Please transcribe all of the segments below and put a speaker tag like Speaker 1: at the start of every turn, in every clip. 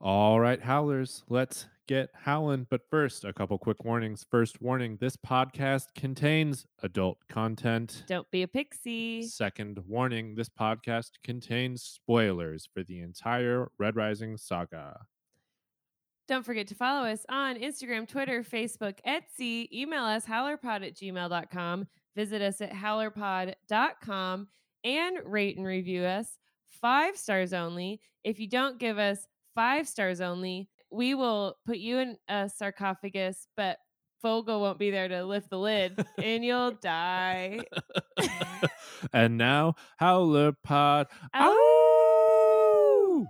Speaker 1: All right, howlers, let's get howling. But first, a couple quick warnings. First warning this podcast contains adult content.
Speaker 2: Don't be a pixie.
Speaker 1: Second warning this podcast contains spoilers for the entire Red Rising saga.
Speaker 2: Don't forget to follow us on Instagram, Twitter, Facebook, Etsy. Email us howlerpod at gmail.com. Visit us at howlerpod.com and rate and review us five stars only. If you don't give us five stars only, we will put you in a sarcophagus, but Vogel won't be there to lift the lid and you'll die.
Speaker 1: and now, Howler Pod.
Speaker 2: Ow.
Speaker 1: Ow!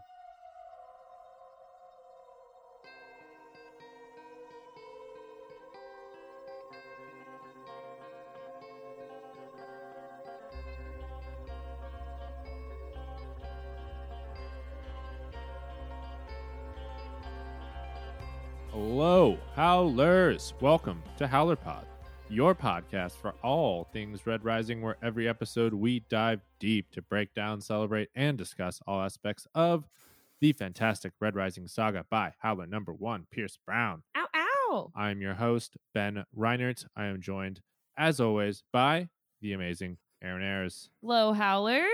Speaker 1: Hello, Howlers. Welcome to Howler Pod, your podcast for all things Red Rising, where every episode we dive deep to break down, celebrate, and discuss all aspects of the fantastic Red Rising saga by Howler number one, Pierce Brown.
Speaker 2: Ow, ow.
Speaker 1: I'm your host, Ben Reinert. I am joined, as always, by the amazing Aaron Ayres.
Speaker 2: Low howlers.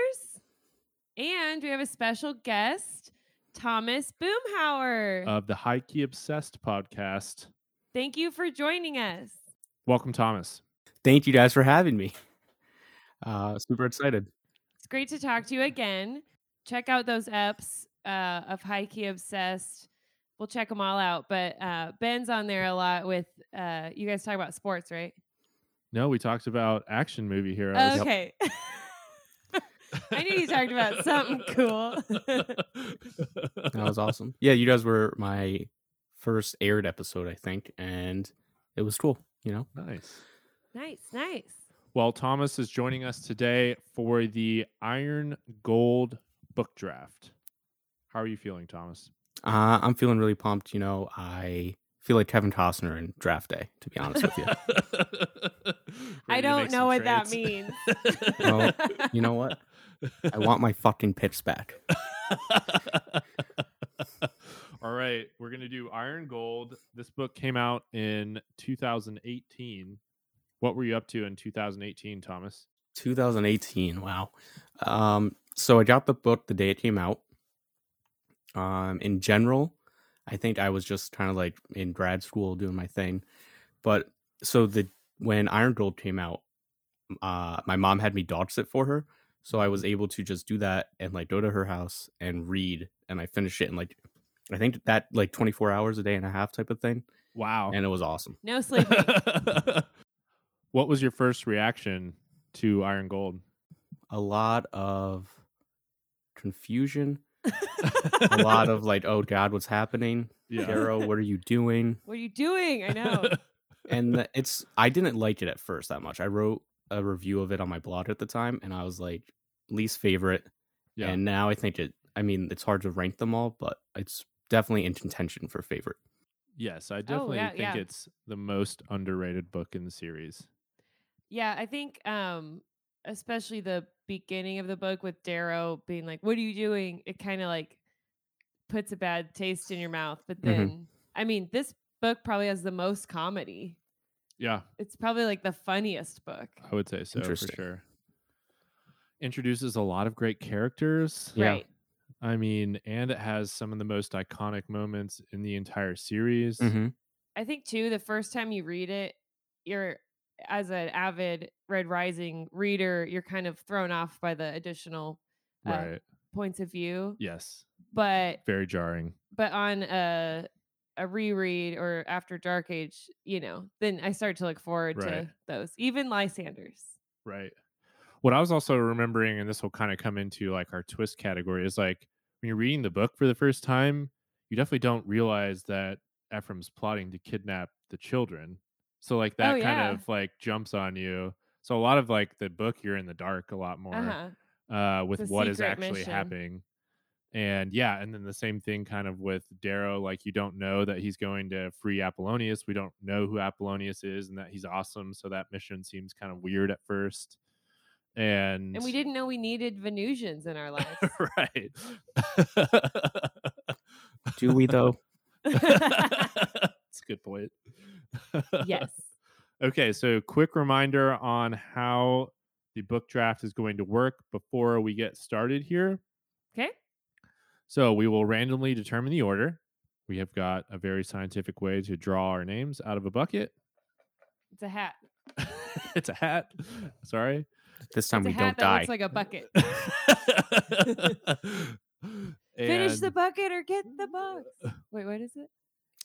Speaker 2: And we have a special guest, Thomas Boomhauer.
Speaker 1: of the High Key Obsessed podcast.
Speaker 2: Thank you for joining us.
Speaker 1: Welcome, Thomas.
Speaker 3: thank you guys for having me. Uh, super excited.
Speaker 2: It's great to talk to you again. Check out those eps uh, of High Key Obsessed. We'll check them all out. But uh, Ben's on there a lot with uh, you guys talk about sports, right?
Speaker 1: No, we talked about action movie heroes.
Speaker 2: okay. I knew you talked about something cool.
Speaker 3: That was awesome. Yeah, you guys were my first aired episode, I think, and it was cool. You know,
Speaker 1: nice.
Speaker 2: nice, nice.
Speaker 1: Well, Thomas is joining us today for the Iron Gold book draft. How are you feeling, Thomas?
Speaker 3: uh, I'm feeling really pumped. You know, I feel like Kevin Costner in Draft Day. To be honest with you,
Speaker 2: I don't know what that means.
Speaker 3: Well, you know what? I want my fucking picks back.
Speaker 1: All right, we're gonna do Iron Gold. This book came out in 2018. What were you up to in 2018, Thomas?
Speaker 3: 2018. Wow. Um, so I got the book the day it came out. Um, in general, I think I was just kind of like in grad school doing my thing. But so the when Iron Gold came out, uh, my mom had me dog sit for her, so I was able to just do that and like go to her house and read, and I finished it in like I think that like 24 hours a day and a half type of thing,
Speaker 1: Wow.
Speaker 3: and it was awesome.
Speaker 2: No sleeping.
Speaker 1: what was your first reaction to Iron Gold?
Speaker 3: A lot of confusion, a lot of like, oh God, what's happening? Darrow, what are you doing?
Speaker 2: What are you doing? I know.
Speaker 3: And the- it's I didn't like it at first that much. I wrote a review of it on my blog at the time, and I was like least favorite.
Speaker 1: Yeah.
Speaker 3: And now I think it. I mean, it's hard to rank them all, but it's definitely in contention for favorite.
Speaker 1: yes, I definitely
Speaker 2: Oh, yeah,
Speaker 1: think
Speaker 2: yeah.
Speaker 1: it's the most underrated book in the series.
Speaker 2: Yeah, I think um especially the beginning of the book with Darrow being like, "What are you doing?" It kind of like puts a bad taste in your mouth. But
Speaker 3: Mhm.
Speaker 2: then, I mean, this book probably has the most comedy.
Speaker 1: Yeah,
Speaker 2: It's probably like the funniest book.
Speaker 1: I would say so for
Speaker 3: Interesting.
Speaker 1: sure. Introduces a lot of great characters.
Speaker 3: Yeah.
Speaker 2: Right.
Speaker 1: I mean, and it has some of the most iconic moments in the entire series.
Speaker 3: Mm-hmm.
Speaker 2: Mm-hmm. I think too the first time you read it, you're as an avid Red Rising reader, you're kind of thrown off by the additional Uh,
Speaker 1: Right.
Speaker 2: points of view.
Speaker 1: yes.
Speaker 2: But
Speaker 1: Very jarring.
Speaker 2: but on a a reread or after Dark Age, you know, then I start to look forward
Speaker 1: Right.
Speaker 2: to those. Even Lysanders.
Speaker 1: Right. What I was also remembering, and this will kind of come into like our twist category, is like when you're reading the book for the first time, you definitely don't realize that Ephraim's plotting to kidnap the children. So like that
Speaker 2: yeah.
Speaker 1: kind of like jumps on you. So a lot of like the book, you're in the dark a lot more.
Speaker 2: Uh huh.
Speaker 1: uh, with
Speaker 2: It's a
Speaker 1: what is
Speaker 2: secret
Speaker 1: actually
Speaker 2: mission.
Speaker 1: happening. And yeah, and then the same thing kind of with Darrow. Like, you don't know that he's going to free Apollonius. We don't know who Apollonius is and that he's awesome. So that mission seems kind of weird at first. And,
Speaker 2: And we didn't know we needed Venusians in our lives.
Speaker 1: right.
Speaker 3: Do we though?
Speaker 1: That's a good point.
Speaker 2: yes.
Speaker 1: Okay, so quick reminder on how the book draft is going to work before we get started here.
Speaker 2: Okay.
Speaker 1: So we will randomly determine the order. We have got a very scientific way to draw our names out of a bucket.
Speaker 2: It's a hat.
Speaker 1: it's a hat. Sorry.
Speaker 3: This
Speaker 2: It's
Speaker 3: time
Speaker 2: a
Speaker 3: we
Speaker 2: hat
Speaker 3: don't
Speaker 2: that
Speaker 3: die.
Speaker 2: looks like a bucket. Finish
Speaker 1: Finish
Speaker 2: the bucket or get the box. Wait, what is it?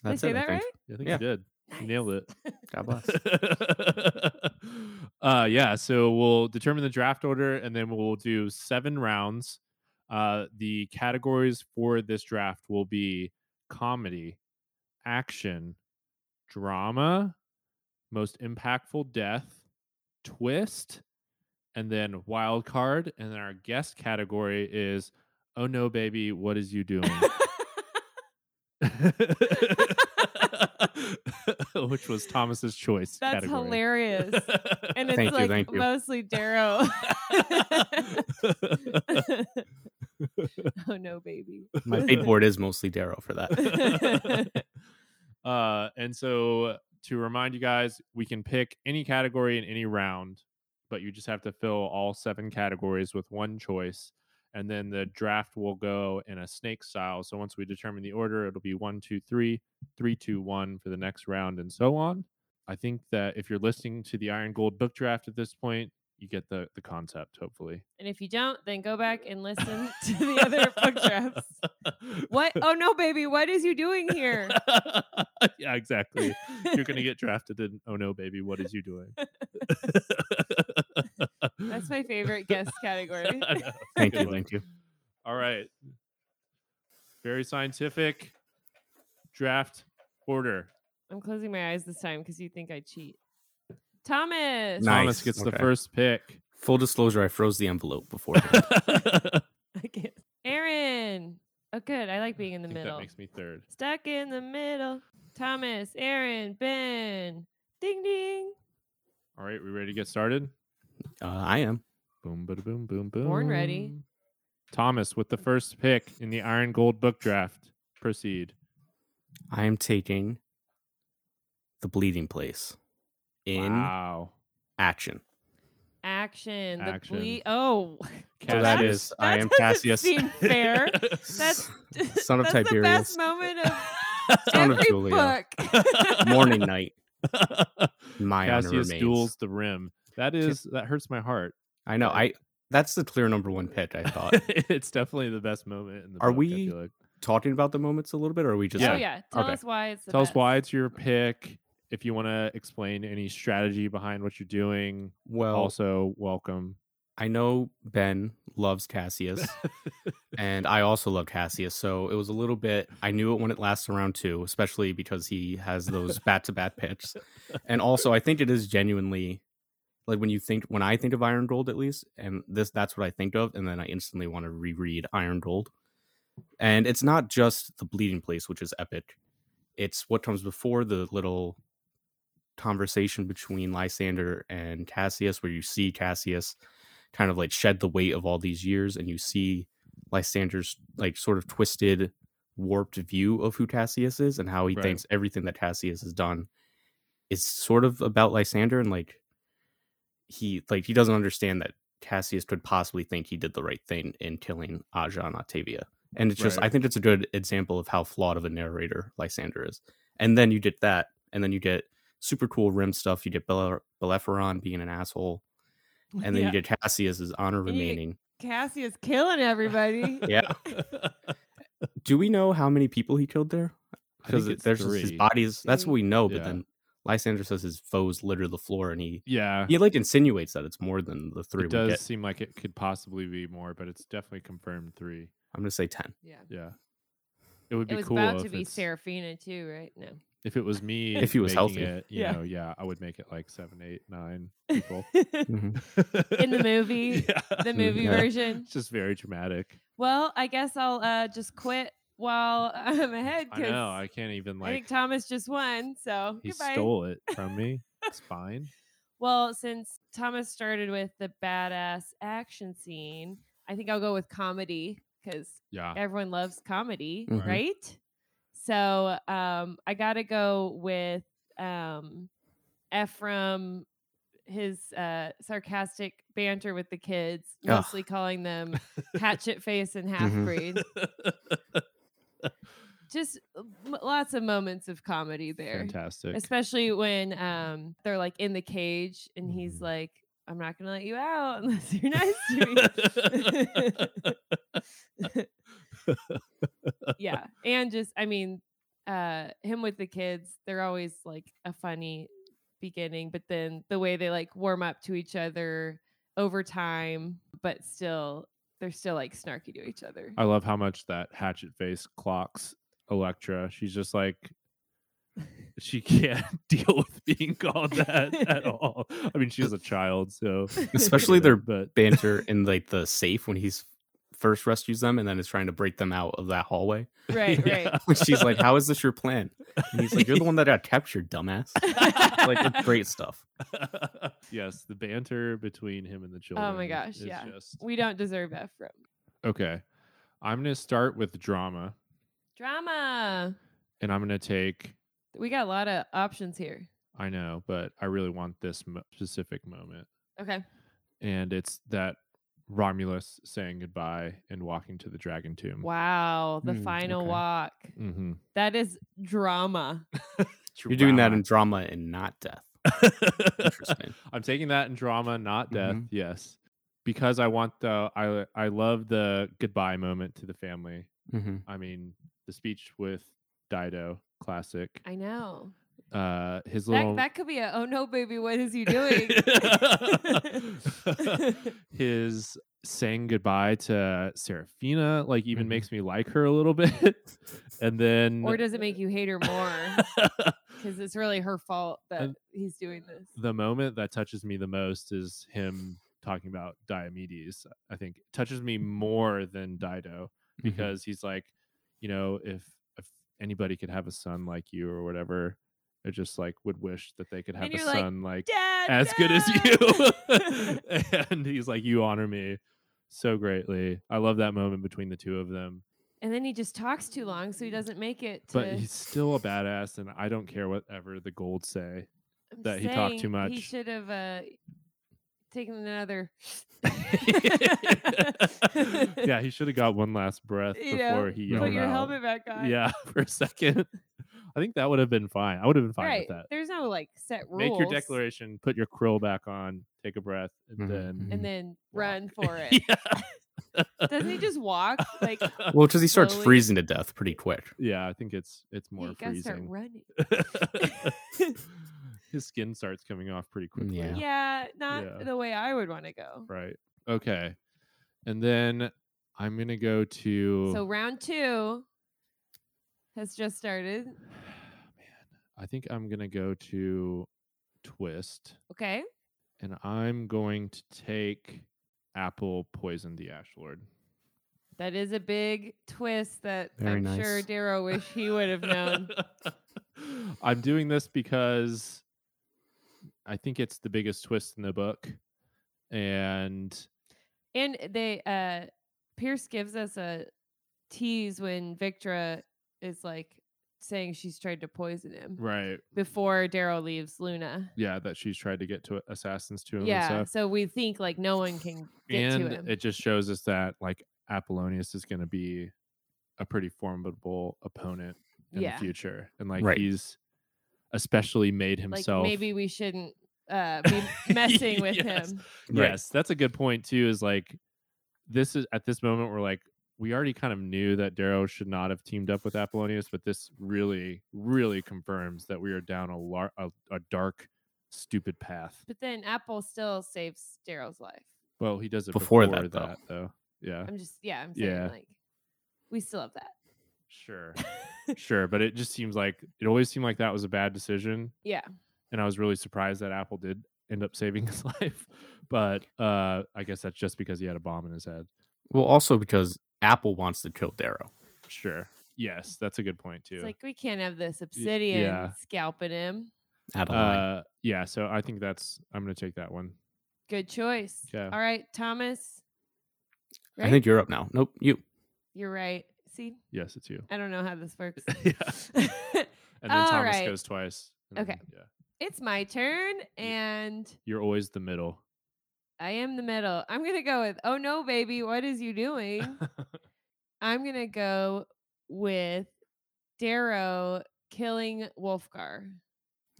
Speaker 3: That's
Speaker 2: Did I say
Speaker 3: it, I
Speaker 2: that
Speaker 3: think.
Speaker 2: right?
Speaker 1: I think
Speaker 3: Yeah.
Speaker 1: you did. You nailed
Speaker 2: Nice.
Speaker 1: it.
Speaker 3: God bless.
Speaker 1: uh yeah so we'll determine the draft order and then we'll do seven rounds uh the categories for this draft will be comedy action drama most impactful death twist and then wild card and then our guest category is oh no baby what is you doing which was thomas's choice
Speaker 2: That's
Speaker 1: category.
Speaker 2: hilarious. And it's
Speaker 3: Thank you,
Speaker 2: like
Speaker 3: thank you.
Speaker 2: mostly Darrow. oh no, baby.
Speaker 3: My skateboard is mostly Darrow for that.
Speaker 1: uh, and so to remind you guys, we can pick any category in any round, but you just have to fill all seven categories with one choice. And then the draft will go in a snake style. So once we determine the order, it'll be one, two, three, three, two, one for the next round, and so on. I think that if you're listening to the Iron Gold book draft at this point, you get the the concept, hopefully.
Speaker 2: And if you don't, then go back and listen to the other book drafts. What? Oh no, baby. What is you doing here?
Speaker 1: yeah, exactly. You're gonna get drafted in oh no, baby, what is you doing?
Speaker 2: That's my favorite guest category.
Speaker 1: I know.
Speaker 3: Thank
Speaker 1: Good
Speaker 3: you,
Speaker 1: one.
Speaker 3: thank you.
Speaker 1: All right. Very scientific draft order.
Speaker 2: I'm closing my eyes this time because you think I cheat. Thomas.
Speaker 3: Nice.
Speaker 1: Thomas gets the
Speaker 3: Okay.
Speaker 1: first pick.
Speaker 3: Full disclosure, I froze the envelope beforehand.
Speaker 2: I can't. Aaron. Oh, good. I like being in
Speaker 1: I
Speaker 2: the
Speaker 1: think
Speaker 2: middle.
Speaker 1: That makes me third.
Speaker 2: Stuck in the middle. Thomas, Aaron, Ben. Ding ding.
Speaker 1: All right, we ready to get started?
Speaker 3: uh, I am.
Speaker 1: Boom, bada, boom, boom, boom.
Speaker 2: Born ready.
Speaker 1: Thomas with the first pick in the Iron Gold book draft. Proceed.
Speaker 3: I am taking the bleeding place in
Speaker 1: Wow.
Speaker 3: action.
Speaker 2: Action. The
Speaker 1: Action.
Speaker 2: ble- oh.
Speaker 3: So that
Speaker 2: Cassius.
Speaker 3: is I
Speaker 2: That
Speaker 3: am
Speaker 2: doesn't
Speaker 3: Cassius.
Speaker 2: seem fair. That's
Speaker 3: Son of
Speaker 2: that's the
Speaker 3: Tiberius.
Speaker 2: best moment of
Speaker 3: Son of
Speaker 2: every
Speaker 3: Julia.
Speaker 2: book.
Speaker 3: Morning night. in My honor
Speaker 1: Cassius
Speaker 3: remains.
Speaker 1: duels the rim. That is that hurts my heart.
Speaker 3: I know. I that's the clear number one pick. I thought.
Speaker 1: it's definitely the best moment in the
Speaker 3: Are
Speaker 1: book, I
Speaker 3: we-
Speaker 1: feel like.
Speaker 3: Talking about the moments a little bit, or are we just
Speaker 1: Yeah.
Speaker 2: Oh
Speaker 3: like,
Speaker 2: yeah. Tell
Speaker 3: Okay.
Speaker 2: us why it's the
Speaker 1: Tell us
Speaker 2: best.
Speaker 1: why it's your pick. If you want to explain any strategy behind what you're doing,
Speaker 3: well,
Speaker 1: also welcome.
Speaker 3: I know Ben loves Cassius, and I also love Cassius. So it was a little bit. I knew it when it lasts around two, especially because he has those bat to bat picks, and also I think it is genuinely like when you think when I think of Iron Gold at least, and this that's what I think of, and then I instantly want to reread Iron Gold, and it's not just the bleeding place, which is epic. It's what comes before the little conversation between Lysander and Cassius, where you see Cassius kind of like shed the weight of all these years, and you see Lysander's like sort of twisted, warped view of who Cassius is and how he
Speaker 1: Right.
Speaker 3: thinks everything that Cassius has done is sort of about Lysander, and like he like he doesn't understand that Cassius could possibly think he did the right thing in killing Aja and Octavia. And it's just
Speaker 1: Right.
Speaker 3: I think it's a good example of how flawed of a narrator Lysander is. And then you get that, and then you get super cool rim stuff. You get Bele- Beleferon being an asshole, and then
Speaker 2: Yeah.
Speaker 3: you get Cassius's honor
Speaker 2: And you get-
Speaker 3: remaining.
Speaker 2: Cassius killing everybody.
Speaker 3: Yeah. Do we know how many people he killed there?
Speaker 1: I think
Speaker 3: Because
Speaker 1: it's
Speaker 3: there's just his
Speaker 1: three.
Speaker 3: bodies. That's what we know. But
Speaker 1: Yeah.
Speaker 3: then Lysander says his foes litter the floor, and he
Speaker 1: Yeah.
Speaker 3: he like insinuates that it's more than the three.
Speaker 1: It
Speaker 3: we
Speaker 1: does
Speaker 3: get.
Speaker 1: seem like it could possibly be more, but it's definitely confirmed three.
Speaker 3: I'm gonna say ten.
Speaker 2: Yeah.
Speaker 1: Yeah. It would
Speaker 2: It
Speaker 1: be
Speaker 2: was
Speaker 1: cool
Speaker 2: about
Speaker 1: if,
Speaker 2: to be
Speaker 1: it's-
Speaker 2: Serafina too, right? No.
Speaker 1: if it was me.
Speaker 3: If he was
Speaker 1: making
Speaker 3: healthy.
Speaker 1: it, you
Speaker 2: Yeah.
Speaker 1: know, yeah, I would make it like seven, eight, nine people.
Speaker 2: In the movie,
Speaker 1: Yeah.
Speaker 2: the movie
Speaker 3: Yeah.
Speaker 2: version.
Speaker 1: It's just very dramatic.
Speaker 2: Well, I guess I'll uh, just quit while I'm ahead
Speaker 1: I know.
Speaker 2: because
Speaker 1: I can't even
Speaker 2: I think
Speaker 1: like.
Speaker 2: Thomas just won. So
Speaker 1: He
Speaker 2: goodbye.
Speaker 1: stole it from me. It's fine.
Speaker 2: Well, since Thomas started with the badass action scene, I think I'll go with comedy because
Speaker 1: Yeah.
Speaker 2: everyone loves comedy,
Speaker 3: Mhm.
Speaker 2: right? So um, I got to go with um, Ephraim, his uh, sarcastic banter with the kids,
Speaker 3: Ugh.
Speaker 2: mostly calling them hatchet face and half breed. Just uh, m- lots of moments of comedy there,
Speaker 1: Fantastic.
Speaker 2: especially when um, they're like in the cage and he's
Speaker 3: Mm-hmm.
Speaker 1: Mhm.
Speaker 2: like, I'm not going to let you out unless you're nice to me. yeah and just i mean uh him with the kids they're always like a funny beginning but then the way they like warm up to each other over time but still they're still like snarky to each other
Speaker 3: Uh,
Speaker 1: I love how much that hatchet face clocks Electra. She's just like she can't deal with being called that at all. I mean, she's a child, so
Speaker 3: Especially
Speaker 1: you know,
Speaker 3: their
Speaker 1: but
Speaker 3: banter in like the safe when he's first rescues them and then is trying to break them out of that hallway.
Speaker 2: right right
Speaker 3: She's like, "How is this your plan?" And he's like, "You're the one that got captured, dumbass." Like, it's great stuff.
Speaker 1: yes, the banter between him and the children.
Speaker 2: Oh my gosh,
Speaker 1: is
Speaker 2: yeah.
Speaker 1: just-
Speaker 2: we don't deserve f from
Speaker 1: okay, I'm gonna start with drama,
Speaker 2: drama
Speaker 1: and I'm gonna take.
Speaker 2: we got a lot of options here
Speaker 1: I know, but I really want this mo- specific moment,
Speaker 2: okay
Speaker 1: and it's that Romulus saying goodbye and walking to the dragon tomb.
Speaker 2: wow the
Speaker 3: Hmm,
Speaker 2: final
Speaker 3: okay.
Speaker 2: walk
Speaker 1: Mm-hmm.
Speaker 2: that is drama
Speaker 3: You're doing that in drama and not death. Interesting.
Speaker 1: I'm taking that in drama, not death.
Speaker 3: Mhm.
Speaker 1: Yes, because I want the I I love the goodbye moment to the family.
Speaker 3: hmm
Speaker 1: I mean, the speech with Dido, classic.
Speaker 2: i know
Speaker 1: Uh, his
Speaker 2: that,
Speaker 1: little
Speaker 2: that could be a oh no baby what is he doing
Speaker 1: his saying goodbye to Serafina, like even
Speaker 3: Mhm.
Speaker 1: makes me like her a little bit, and then
Speaker 2: or does it make you hate her more
Speaker 3: Mm-hmm.
Speaker 2: because it's really her fault that
Speaker 1: And- Uh,
Speaker 2: he's doing this
Speaker 1: the moment that touches me the most is him talking about Diomedes. I think touches me more than Dido
Speaker 3: Mm-hmm.
Speaker 1: because he's like, you know, if if anybody could have a son like you or whatever, I just like would wish that they could have
Speaker 2: And
Speaker 1: a
Speaker 2: you're like,
Speaker 1: son like
Speaker 2: dad
Speaker 1: as good as
Speaker 2: no!"
Speaker 1: you. and he's like, you honor me so greatly. I love that moment between the two of them.
Speaker 2: and then he just talks too long so he doesn't make it to,
Speaker 1: But he's still a badass, and I don't care whatever the gold say.
Speaker 2: I'm
Speaker 1: that he talked too
Speaker 2: saying
Speaker 1: much.
Speaker 2: he should have uh taken another
Speaker 1: yeah, he should have got one last breath
Speaker 2: You know,
Speaker 1: before he yelled
Speaker 2: put your
Speaker 1: out.
Speaker 2: helmet back on
Speaker 1: Yeah, for a second. I think that would have been fine. I would have been fine
Speaker 2: right
Speaker 1: with that.
Speaker 2: there's no like set rules
Speaker 1: Make your declaration, put your krill back on, take a breath, and
Speaker 3: Mhm.
Speaker 1: then.
Speaker 2: and
Speaker 3: Mhm.
Speaker 2: then
Speaker 1: Walk.
Speaker 2: run for it doesn't he just walk like
Speaker 3: Well, because he starts
Speaker 2: Slowly.
Speaker 3: freezing to death pretty quick.
Speaker 1: yeah, I think it's it's more
Speaker 2: you gotta start
Speaker 1: freezing.
Speaker 2: running
Speaker 1: His skin starts coming off pretty quickly.
Speaker 3: Yeah.
Speaker 2: yeah, not
Speaker 1: Yeah.
Speaker 2: the way i would want to go
Speaker 1: Right. Okay. And then I'm gonna go to.
Speaker 2: So round two has just started.
Speaker 1: Man, Ah, I think I'm gonna go to twist,
Speaker 2: Okay.
Speaker 1: and I'm going to take apple poison the ash lord.
Speaker 2: That is a big twist that I'm
Speaker 3: Very
Speaker 2: sure
Speaker 3: nice.
Speaker 2: Darrow wish he would have known.
Speaker 1: I'm doing this because I think it's the biggest twist in the book, and
Speaker 2: And they uh Pierce gives us a tease when Victra is like saying she's tried to poison him
Speaker 1: right,
Speaker 2: before Darrow leaves Luna.
Speaker 1: yeah, that she's tried to get to assassins to him. and
Speaker 2: Yeah.
Speaker 1: stuff.
Speaker 2: So we think like no one can get
Speaker 1: and
Speaker 2: to him.
Speaker 1: it just shows us that like Apollonius is going to be a pretty formidable opponent in
Speaker 2: yeah.
Speaker 1: the future, and like
Speaker 3: Right.
Speaker 1: he's especially made
Speaker 2: Like
Speaker 1: himself.
Speaker 2: maybe we shouldn't uh be messing with
Speaker 1: Yes.
Speaker 2: him.
Speaker 3: Right.
Speaker 1: yes, that's a good point too. Is like this is at this moment we're like we already kind of knew that Darrow should not have teamed up with Apollonius, but this really, really confirms that we are down a lar- a, a dark, stupid path.
Speaker 2: But then Apple still saves Darrow's life.
Speaker 1: Well, he does it before,
Speaker 3: Before that, though.
Speaker 1: that though. Yeah,
Speaker 2: I'm just yeah, I'm saying
Speaker 1: Uh, Yeah.
Speaker 2: like we still have that.
Speaker 1: sure. sure but it just seems like it always seemed like that was a bad decision
Speaker 2: yeah.
Speaker 1: and i was really surprised that apple did end up saving his life but uh i guess that's just because he had a bomb in his head
Speaker 3: Well, also because Apple wants to kill Darrow.
Speaker 1: sure yes that's a good point too
Speaker 2: It's like we can't have this obsidian
Speaker 1: yeah.
Speaker 2: scalping him.
Speaker 3: Out of line.
Speaker 1: uh yeah so i think that's i'm gonna take that one
Speaker 2: Good choice.
Speaker 1: Yeah.
Speaker 2: All right, Thomas.
Speaker 3: I think you're up now. Nope, you.
Speaker 2: you're right. See,
Speaker 1: Yes, it's you.
Speaker 2: I don't know how this works.
Speaker 1: yeah. And then
Speaker 2: All
Speaker 1: Thomas
Speaker 2: right.
Speaker 1: goes twice. and
Speaker 2: Okay.
Speaker 1: then- Yeah.
Speaker 2: it's my turn, and
Speaker 1: You're always the middle.
Speaker 2: I am the middle. I'm gonna go with "Oh no, baby, what is you doing?" I'm gonna go with Darrow killing Wolfgar.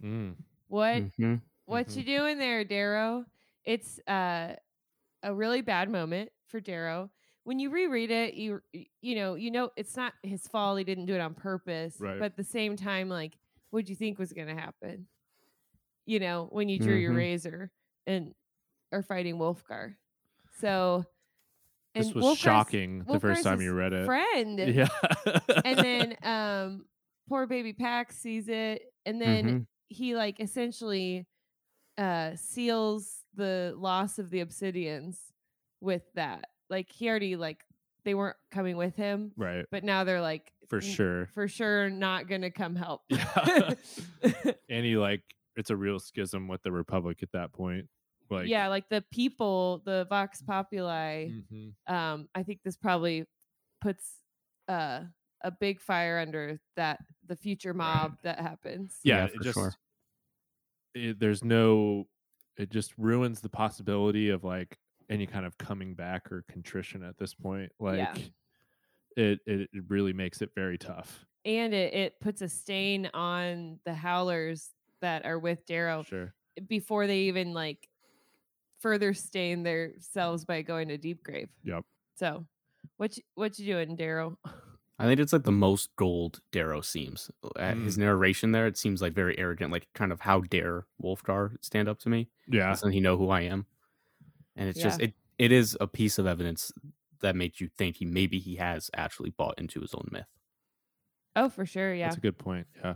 Speaker 1: Mm.
Speaker 2: What
Speaker 3: Mhm.
Speaker 2: What
Speaker 1: Mm-hmm.
Speaker 2: you doing there, Darrow? It's uh, a really bad moment for Darrow. When you reread it, you y- you know you know it's not his fault. He didn't do it on purpose.
Speaker 1: Right.
Speaker 2: But at the same time, like, what'd you think was going to happen? You know, when you drew
Speaker 1: Mm-hmm.
Speaker 2: your
Speaker 3: Mhm.
Speaker 2: razor and are fighting Wolfgar. So,
Speaker 1: This was
Speaker 2: Wolfgar's
Speaker 1: shocking the first
Speaker 2: Wolfgar's
Speaker 1: time
Speaker 2: his
Speaker 1: you read it.
Speaker 2: Friend
Speaker 1: Yeah.
Speaker 2: and then um poor baby pax sees it and then
Speaker 3: Mhm.
Speaker 2: he like essentially uh seals the loss of the obsidians with that like he already like they weren't coming with him
Speaker 1: right.
Speaker 2: but now they're like
Speaker 1: For
Speaker 2: "Mm,
Speaker 1: sure.
Speaker 2: for sure not gonna come help
Speaker 1: Yeah. and he like it's a real schism with the Republic at that point. Like Mm-hmm.
Speaker 2: yeah like the people the vox populi
Speaker 3: Mm-hmm.
Speaker 1: mhm.
Speaker 2: um i think this probably puts uh a big fire under that the future
Speaker 1: Right.
Speaker 2: mob that happens
Speaker 1: yeah,
Speaker 3: Yeah,
Speaker 1: it
Speaker 3: for
Speaker 1: just
Speaker 3: sure.
Speaker 1: it, there's no it just ruins the possibility of like any kind of coming back or contrition at this point. Like
Speaker 2: Yeah.
Speaker 1: it, it it really makes it very tough.
Speaker 2: and it, it puts a stain on the howlers that are with Darrow
Speaker 1: Sure.
Speaker 2: before they even like further stain themselves by going to deep grave.
Speaker 1: Yep.
Speaker 2: So, what you, what you doing, Darrow?
Speaker 3: I think it's like the most gold Darrow seems. Uh, His narration there, it seems like very arrogant, like kind of how dare Wolfgar stand up to me?
Speaker 1: Yeah.
Speaker 3: Doesn't he know who I am? And it's just it it is a piece of evidence that makes you think he maybe he has actually bought into his own myth.
Speaker 2: Oh, for sure, yeah.
Speaker 1: That's a good point. Yeah.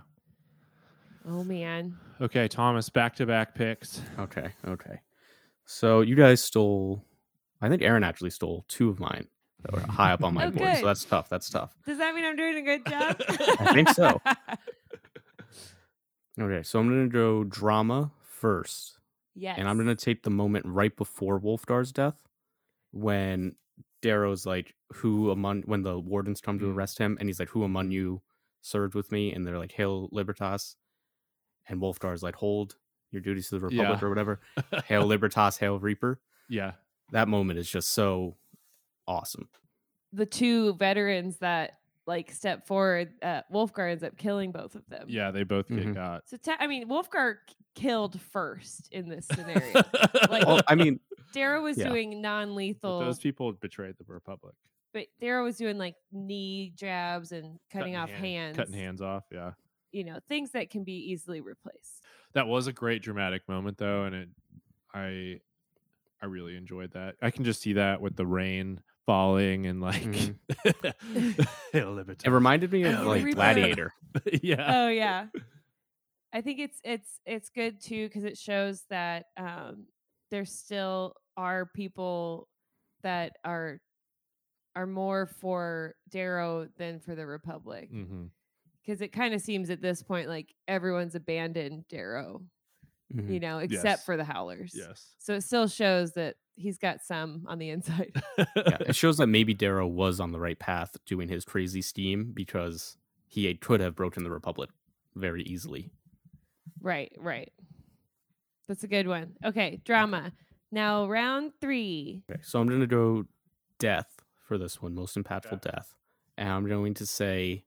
Speaker 2: oh man,
Speaker 1: Okay, Thomas, back to back picks.
Speaker 3: Okay, okay. So you guys stole I think Aaron actually stole two of mine that were high up on my
Speaker 2: Oh,
Speaker 3: board.
Speaker 2: good.
Speaker 3: So that's tough. That's tough.
Speaker 2: does that mean I'm doing a good job?
Speaker 1: I
Speaker 3: think so. Okay, so I'm gonna go drama first.
Speaker 2: yes.
Speaker 3: And I'm going to take the moment right before Wolfdar's death when Darrow's like, who among, when the wardens come to
Speaker 1: Mm.
Speaker 3: arrest him, and he's like, who among you served with me? And they're like, Hail Libertas. And Wolfdar's like, hold your duties to the Republic
Speaker 1: Yeah.
Speaker 3: or whatever. Hail Libertas, Hail Reaper.
Speaker 1: yeah.
Speaker 3: That moment is just so awesome.
Speaker 2: the two veterans that like step forward. Uh, Wolfgar ends up killing both of them.
Speaker 1: Yeah, they both get
Speaker 3: Mhm.
Speaker 1: got.
Speaker 2: So te- I mean, Wolfgar k- killed first in this scenario. Like-
Speaker 3: Well, I mean,
Speaker 2: Dara was
Speaker 3: Yeah.
Speaker 1: But
Speaker 2: doing non-lethal,
Speaker 1: those people betrayed the Republic.
Speaker 2: but Dara was doing like knee jabs and cutting, off hands,
Speaker 1: Cutting hands off, yeah.
Speaker 2: you know, things that can be easily replaced.
Speaker 1: That was a great dramatic moment though, and it I I really enjoyed that. I can just see that with the rain falling and like Mm-hmm. Hail Libertas.
Speaker 3: it reminded me of
Speaker 1: Hail
Speaker 3: like
Speaker 2: Reaper.
Speaker 3: Gladiator.
Speaker 1: yeah.
Speaker 2: Oh yeah, I think it's it's it's good too because it shows that um, there still are people that are are more for Darrow than for the Republic
Speaker 1: hmm
Speaker 2: because it kind of seems at this point like everyone's abandoned Darrow,
Speaker 3: Mhm.
Speaker 2: you know, except
Speaker 1: Mm-hmm. Yes.
Speaker 2: for the Howlers.
Speaker 1: Yes.
Speaker 2: So it still shows that he's got some on the inside.
Speaker 3: yeah, it shows that maybe Darrow was on the right path doing his crazy scheme because he could have broken the Republic very easily.
Speaker 2: right, right. That's a good one. Okay, drama. Now round three.
Speaker 3: Okay, so I'm going to go death for this one, most impactful
Speaker 1: Okay.
Speaker 3: death. And I'm going to say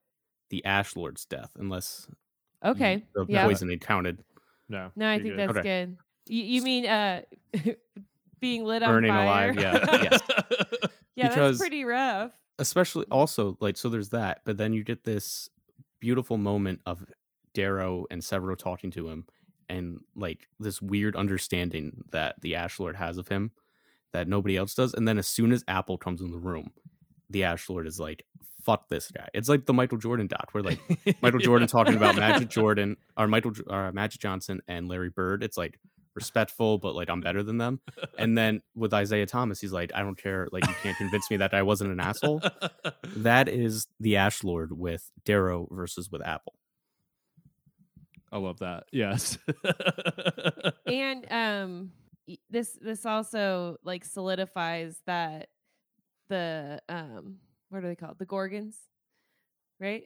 Speaker 3: the Ash Lord's death, unless you-
Speaker 1: Mm,
Speaker 2: Okay.
Speaker 3: the
Speaker 2: Yeah.
Speaker 3: poison had counted.
Speaker 1: No.
Speaker 2: No, I
Speaker 1: you're
Speaker 2: think
Speaker 1: good.
Speaker 2: that's good. You, you mean uh being lit
Speaker 3: Burning
Speaker 2: on fire?
Speaker 3: alive, yeah, yes.
Speaker 2: yeah, that's
Speaker 3: Because-
Speaker 2: pretty rough.
Speaker 3: Especially also, like, so there's that, but then you get this beautiful moment of Darrow and Severo talking to him and like this weird understanding that the Ash Lord has of him that nobody else does. And then as soon as Apple comes in the room, the Ash Lord is like, fuck this guy. It's like the Michael Jordan doc where like Michael Jordan talking about Magic Jordan or Michael Jo- or Magic Johnson and Larry Bird. It's like respectful, but like I'm better than them. And then with Isaiah Thomas, he's like, I don't care. Like you can't convince me that I wasn't an asshole. That is the Ash Lord with Darrow versus with Apple.
Speaker 1: I love that. Yes.
Speaker 2: and um y- this this also like solidifies that the um what are they called the gorgons right?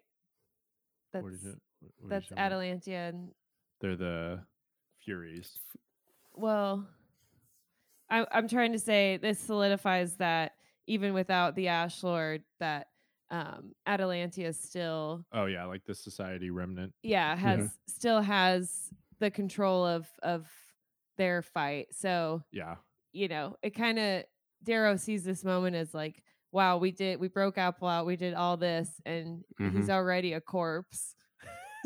Speaker 2: That's
Speaker 1: What is it? What- what are you
Speaker 2: that's
Speaker 1: showing me?
Speaker 2: Atalantia and
Speaker 1: They're the Furies.
Speaker 2: well I, i'm trying to say this solidifies that even without the ash lord that um atalantia still
Speaker 1: Oh yeah, like the Society Remnant.
Speaker 2: yeah
Speaker 3: Yeah.
Speaker 2: has still has the control of of their fight so
Speaker 1: Yeah,
Speaker 2: you know it kind of darrow sees this moment as like wow we did we broke apple out we did all this and he's already a corpse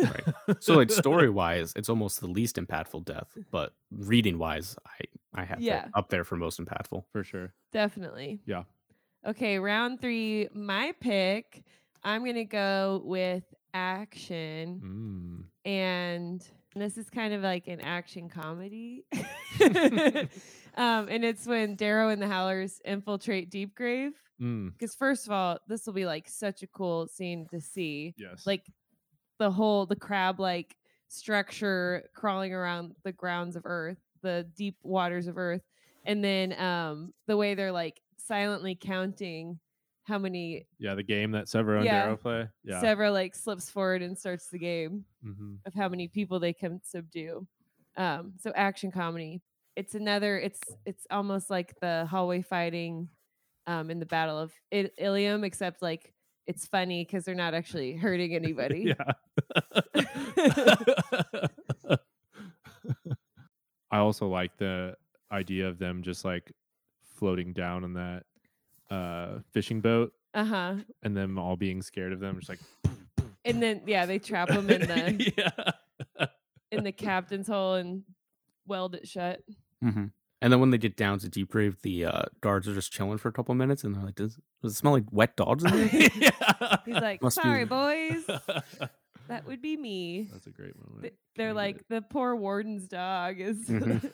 Speaker 1: right.
Speaker 3: so like story wise, it's almost the least impactful death, but reading wise, I I have
Speaker 2: Yeah.
Speaker 3: it up there for most impactful.
Speaker 1: for sure.
Speaker 2: Definitely.
Speaker 1: Yeah.
Speaker 2: Okay, round three, my pick. I'm going to go with action.
Speaker 1: Mm.
Speaker 2: And this is kind of like an action comedy. um, and it's when Darrow and the Howlers infiltrate Deep Grave.
Speaker 1: Mm.
Speaker 2: Because, first of all, this will be like such a cool scene to see.
Speaker 1: Yes.
Speaker 2: Like the whole, the crab like structure crawling around the grounds of Earth, the deep waters of Earth and then um the way they're like silently counting how many
Speaker 1: yeah, the game that Severo and
Speaker 2: Yeah.
Speaker 1: Darrow play. Yeah.
Speaker 2: Severa like slips forward and starts the game
Speaker 1: mm-hmm.
Speaker 2: of how many people they can subdue. Um so action comedy. It's another it's it's almost like the hallway fighting um in the battle of I- Ilium except like it's funny cuz they're not actually hurting anybody.
Speaker 1: Yeah. I also like the idea of them just like floating down in that uh fishing boat
Speaker 2: Uh-huh.
Speaker 1: and them all being scared of them just like
Speaker 2: And then yeah, they trap them in the
Speaker 1: yeah
Speaker 2: in the captain's hole and weld it shut.
Speaker 3: Mm-hmm. And then when they get down to deep grave, the uh, guards are just chilling for a couple minutes, and they're like, "Does, does it smell like wet dogs?" In here?
Speaker 2: He's like,
Speaker 3: Must be-
Speaker 2: "Sorry, boys." That would be me.
Speaker 1: That's a great
Speaker 2: Th-
Speaker 1: moment.
Speaker 2: They're
Speaker 1: I get
Speaker 2: like
Speaker 1: it.
Speaker 2: the poor warden's dog is.
Speaker 3: Mhm.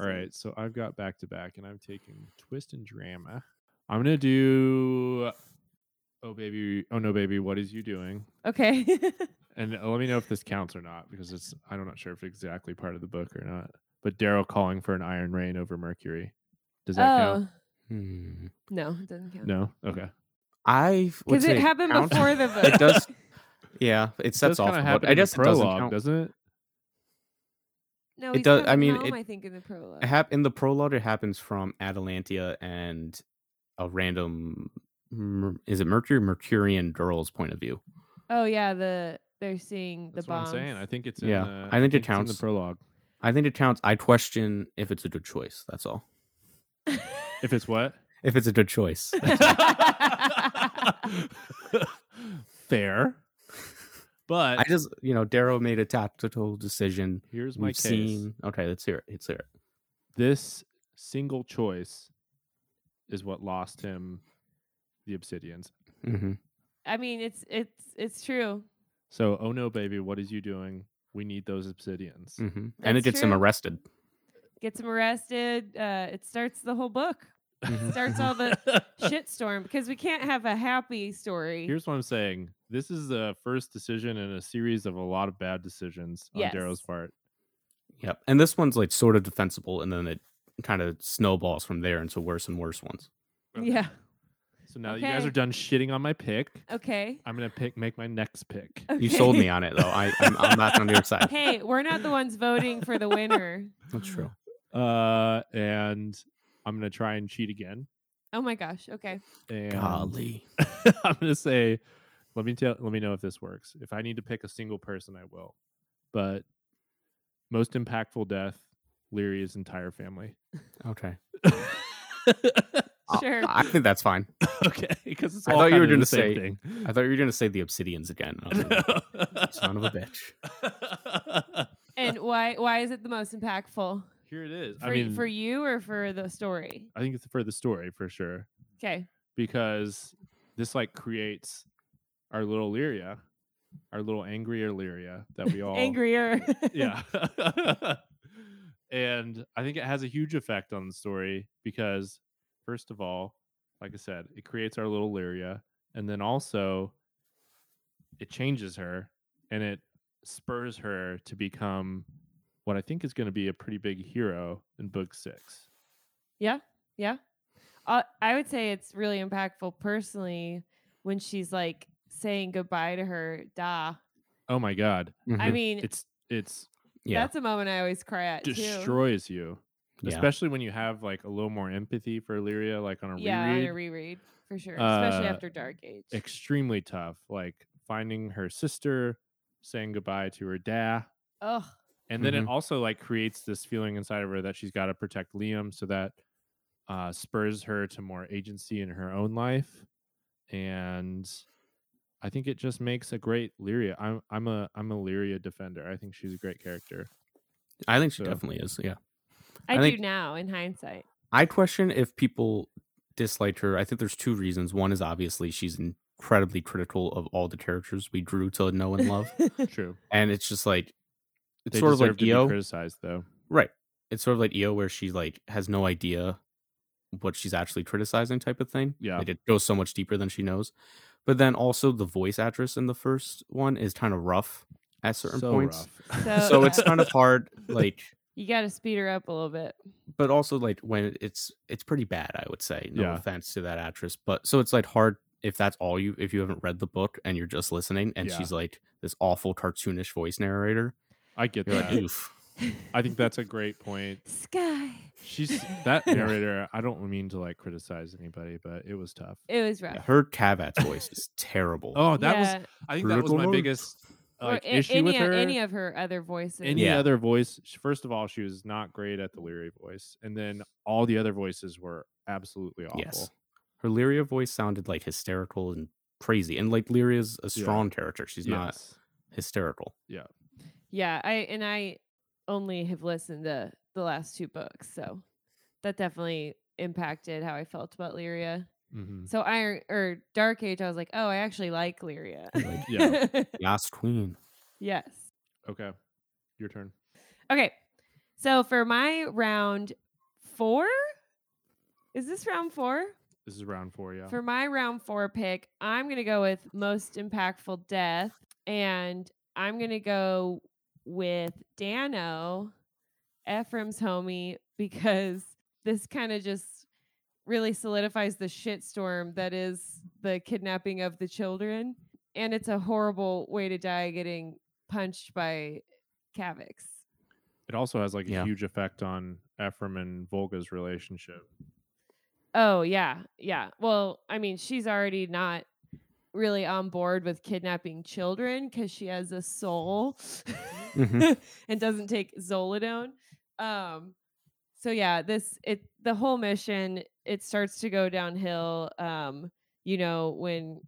Speaker 1: all right, so I've got back to back, and I'm taking twist and drama. I'm gonna do. Oh baby, oh no baby, what is you doing?
Speaker 2: Okay.
Speaker 1: And uh, let me know if this counts or not because it's I'm not sure if it's exactly part of the book or not. But Daryl calling for an iron rain over Mercury. Does that count?
Speaker 2: oh
Speaker 3: Hmm.
Speaker 2: no, it doesn't count.
Speaker 1: No. Okay.
Speaker 3: I
Speaker 2: because it happened before the vote.
Speaker 3: it does. Yeah, it sets
Speaker 1: Does
Speaker 3: off.
Speaker 1: kinda
Speaker 3: the
Speaker 1: happen
Speaker 3: hook. I
Speaker 1: in the
Speaker 3: guess it doesn't
Speaker 1: prologue,
Speaker 3: count.
Speaker 1: doesn't it?
Speaker 2: No,
Speaker 3: It
Speaker 2: he's
Speaker 3: does- I
Speaker 2: coming
Speaker 3: mean,
Speaker 2: home,
Speaker 3: it-
Speaker 2: I think in the prologue.
Speaker 3: It hap- in the prologue, it happens from Atalantia and a random. Mer- Is it Mercury? Mercurian girl's point of view.
Speaker 2: oh yeah, the they're seeing the
Speaker 1: That's
Speaker 2: bombs.
Speaker 1: what I'm saying. I think it's in
Speaker 3: Yeah,
Speaker 1: the,
Speaker 3: I think it
Speaker 1: it's in the
Speaker 3: counts.
Speaker 1: prologue.
Speaker 3: I think it counts. I question if it's a good choice. That's all.
Speaker 1: If it's what?
Speaker 3: If it's a good choice.
Speaker 1: Fair. But
Speaker 3: I just, you know, Darrow made a tactical decision.
Speaker 1: here's my
Speaker 3: We've
Speaker 1: case.
Speaker 3: seen. Okay, let's hear it. Let's hear it.
Speaker 1: This single choice is what lost him the obsidians.
Speaker 3: Mm-hmm.
Speaker 2: I mean, it's it's it's true.
Speaker 1: So, oh no, baby, what is you doing? We need those obsidians.
Speaker 3: Mm-hmm. And
Speaker 2: That's
Speaker 3: it gets him
Speaker 2: true.
Speaker 3: arrested.
Speaker 2: Gets him arrested. Uh, it starts the whole book.
Speaker 3: Mm-hmm.
Speaker 2: Starts all the shitstorm because we can't have a happy story.
Speaker 1: Here's what I'm saying. This is the first decision in a series of a lot of bad decisions on
Speaker 2: Yes.
Speaker 1: Darrow's part.
Speaker 3: Yep. And this one's like sort of defensible, and then it kind of snowballs from there into worse and worse ones.
Speaker 2: Yeah.
Speaker 1: So now that you guys
Speaker 2: Okay. Oh.
Speaker 1: are done shitting on my pick,
Speaker 2: Okay.
Speaker 1: I'm gonna pick make my next pick.
Speaker 3: You
Speaker 2: Okay.
Speaker 3: sold me on it though. I, I'm, I'm not on your side.
Speaker 2: hey, we're not the ones voting for the winner.
Speaker 3: That's true.
Speaker 2: Oh.
Speaker 1: Uh, and I'm gonna try and cheat again.
Speaker 2: Oh my gosh. Okay.
Speaker 1: And
Speaker 3: Golly.
Speaker 1: I'm gonna say, let me tell, let me know if this works. If I need to pick a single person, I will. But most impactful death, Leary's entire family.
Speaker 3: Okay. I-
Speaker 2: Sure.
Speaker 3: I, think that's fine.
Speaker 1: okay, because it's
Speaker 3: I
Speaker 1: all
Speaker 3: thought you were
Speaker 1: kinda
Speaker 3: gonna
Speaker 1: the same
Speaker 3: say-
Speaker 1: thing.
Speaker 3: I thought you were going to say the obsidians again. and I was like, Son of a bitch.
Speaker 1: bitch.
Speaker 2: And why why is it the most impactful?
Speaker 1: Here it is.
Speaker 2: For
Speaker 1: I mean,
Speaker 2: for you or for the story?
Speaker 1: I think it's for the story for sure
Speaker 2: Okay.
Speaker 1: because this like creates our little Lyria, our little angrier Lyria that we all
Speaker 2: Angrier.
Speaker 1: yeah. and I think it has a huge effect on the story because, first of all, like I said, it creates our little Lyria. And then also, it changes her and it spurs her to become what I think is going to be a pretty big hero in book six.
Speaker 2: yeah. Yeah. Uh, I would say it's really impactful personally when she's like saying goodbye to her da.
Speaker 1: Oh my god.
Speaker 2: I mean,
Speaker 1: It's it's
Speaker 3: Mm-hmm. yeah,
Speaker 2: that's a moment I always cry at too.
Speaker 1: destroys you.
Speaker 3: yeah.
Speaker 1: Especially when you have like a little more empathy for Illyria, like on a
Speaker 2: Yeah, on
Speaker 1: reread.
Speaker 2: a reread for sure, especially
Speaker 1: Uh,
Speaker 2: after Dark Age.
Speaker 1: Extremely tough. Like finding her sister, saying goodbye to her dad.
Speaker 2: Ugh,
Speaker 1: and then it also like creates this feeling inside of her that she's got to protect liam so that uh spurs her to more agency in her own life and i think it just makes a great lyria i'm i'm a i'm a lyria defender i think she's a great character
Speaker 3: I think
Speaker 1: so-
Speaker 3: she definitely is. Yeah,
Speaker 2: I,
Speaker 3: I think-
Speaker 2: do now in hindsight.
Speaker 3: I question if people disliked her. I think there's two reasons. One is obviously she's incredibly critical of all the characters we grew to know and love,
Speaker 1: true
Speaker 3: and it's just like it's
Speaker 1: they
Speaker 3: sort of
Speaker 1: deserve
Speaker 3: like
Speaker 1: to be
Speaker 3: EO,
Speaker 1: criticized though
Speaker 3: right? It's sort of like EO where she like has no idea what she's actually criticizing, type of thing.
Speaker 1: Yeah.
Speaker 3: like it goes so much deeper than she knows. But then also the voice actress in the first one is kind of rough at certain
Speaker 1: so
Speaker 3: points.
Speaker 1: rough.
Speaker 2: So,
Speaker 3: so
Speaker 2: yeah.
Speaker 3: it's kind of hard like
Speaker 2: You got to speed her up a little bit.
Speaker 3: but also like when it's it's pretty bad i would say no
Speaker 1: Yeah.
Speaker 3: offense to that actress but so it's like hard if that's all you if you haven't read the book and you're just listening and
Speaker 1: Yeah.
Speaker 3: she's like this awful cartoonish voice narrator
Speaker 1: i get
Speaker 3: you're like
Speaker 1: that
Speaker 3: oof
Speaker 1: i think that's a great point
Speaker 2: Sky.
Speaker 1: she's that narrator i don't mean to like criticize anybody but it was tough
Speaker 2: It was rough.
Speaker 3: her cavat's voice is terrible
Speaker 1: oh that was
Speaker 2: Yeah.
Speaker 1: I think that was
Speaker 3: Critical
Speaker 1: my
Speaker 3: Role?
Speaker 1: biggest
Speaker 2: Or
Speaker 1: like
Speaker 2: a-
Speaker 1: issue
Speaker 2: any,
Speaker 1: with her.
Speaker 2: any of her other voices.
Speaker 1: Any
Speaker 3: Yeah.
Speaker 1: other voice, sh- first of all, she was not great at the Leary voice, and then all the other voices were absolutely awful.
Speaker 3: yes her lyria voice sounded like hysterical and crazy and like lyria's a
Speaker 1: Yeah.
Speaker 3: strong character she's not
Speaker 1: Yes.
Speaker 3: hysterical
Speaker 2: Yeah, I and I only have listened to the last two books, so that definitely impacted how I felt about Lyria.
Speaker 1: Mhm.
Speaker 2: So Iron or Dark Age, I was like, oh, I actually like Lyria.
Speaker 1: yeah.
Speaker 3: last queen
Speaker 2: yes.
Speaker 1: Okay, your turn.
Speaker 2: Okay. So for my round four, is this round four?
Speaker 1: This is round four. Yeah,
Speaker 2: For my round four pick, I'm gonna go with most impactful death, and I'm gonna go with Dano, Ephraim's homie, because this kind of just really solidifies the shitstorm that is the kidnapping of the children, and it's a horrible way to die, getting punched by Kavix.
Speaker 1: it also has like a
Speaker 3: Yeah.
Speaker 1: huge effect on Ephraim and Volga's relationship.
Speaker 2: Oh yeah, yeah. Well, I mean, she's already not really on board with kidnapping children because she has a soul
Speaker 3: Mhm.
Speaker 2: and doesn't take Zolidone. Um, so yeah, this it the whole mission it starts to go downhill. Um, you know when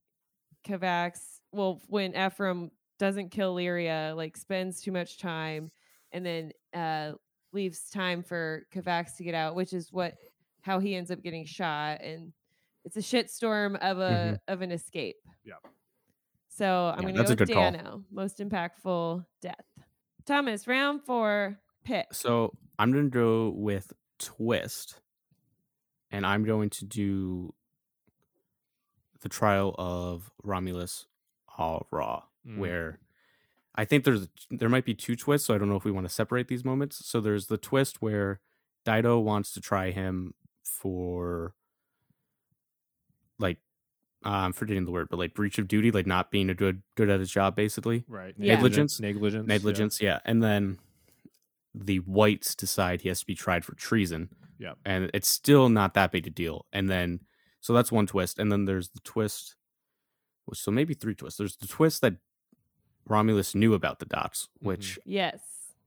Speaker 2: Kavax, well, when Ephraim doesn't kill Lyria, like spends too much time, and then uh leaves time for Kavax to get out, which is what how he ends up getting shot and it's a shitstorm of a of an escape.
Speaker 1: Yeah.
Speaker 2: So I'm
Speaker 3: Mm-hmm. Yeah,
Speaker 2: gonna go
Speaker 3: that's a
Speaker 2: with
Speaker 3: good call.
Speaker 2: Dano, most impactful death. Thomas, round four pick.
Speaker 3: So I'm gonna go with twist, and I'm going to do the trial of Romulus Al Ra,
Speaker 1: Mm.
Speaker 3: where I think there's there might be two twists. So I don't know if we want to separate these moments. So there's the twist where Dido wants to try him for like uh, I'm forgetting the word, but like breach of duty, like not being a good good at his job, basically
Speaker 1: Right,
Speaker 2: Yeah.
Speaker 3: Negligence?
Speaker 1: negligence,
Speaker 3: negligence yeah. and then the whites decide he has to be tried for treason
Speaker 1: Yep.
Speaker 3: and it's still not that big a deal and then so that's one twist and then there's the twist well, so maybe three twists there's the twist that romulus knew about the dots which
Speaker 2: Yes.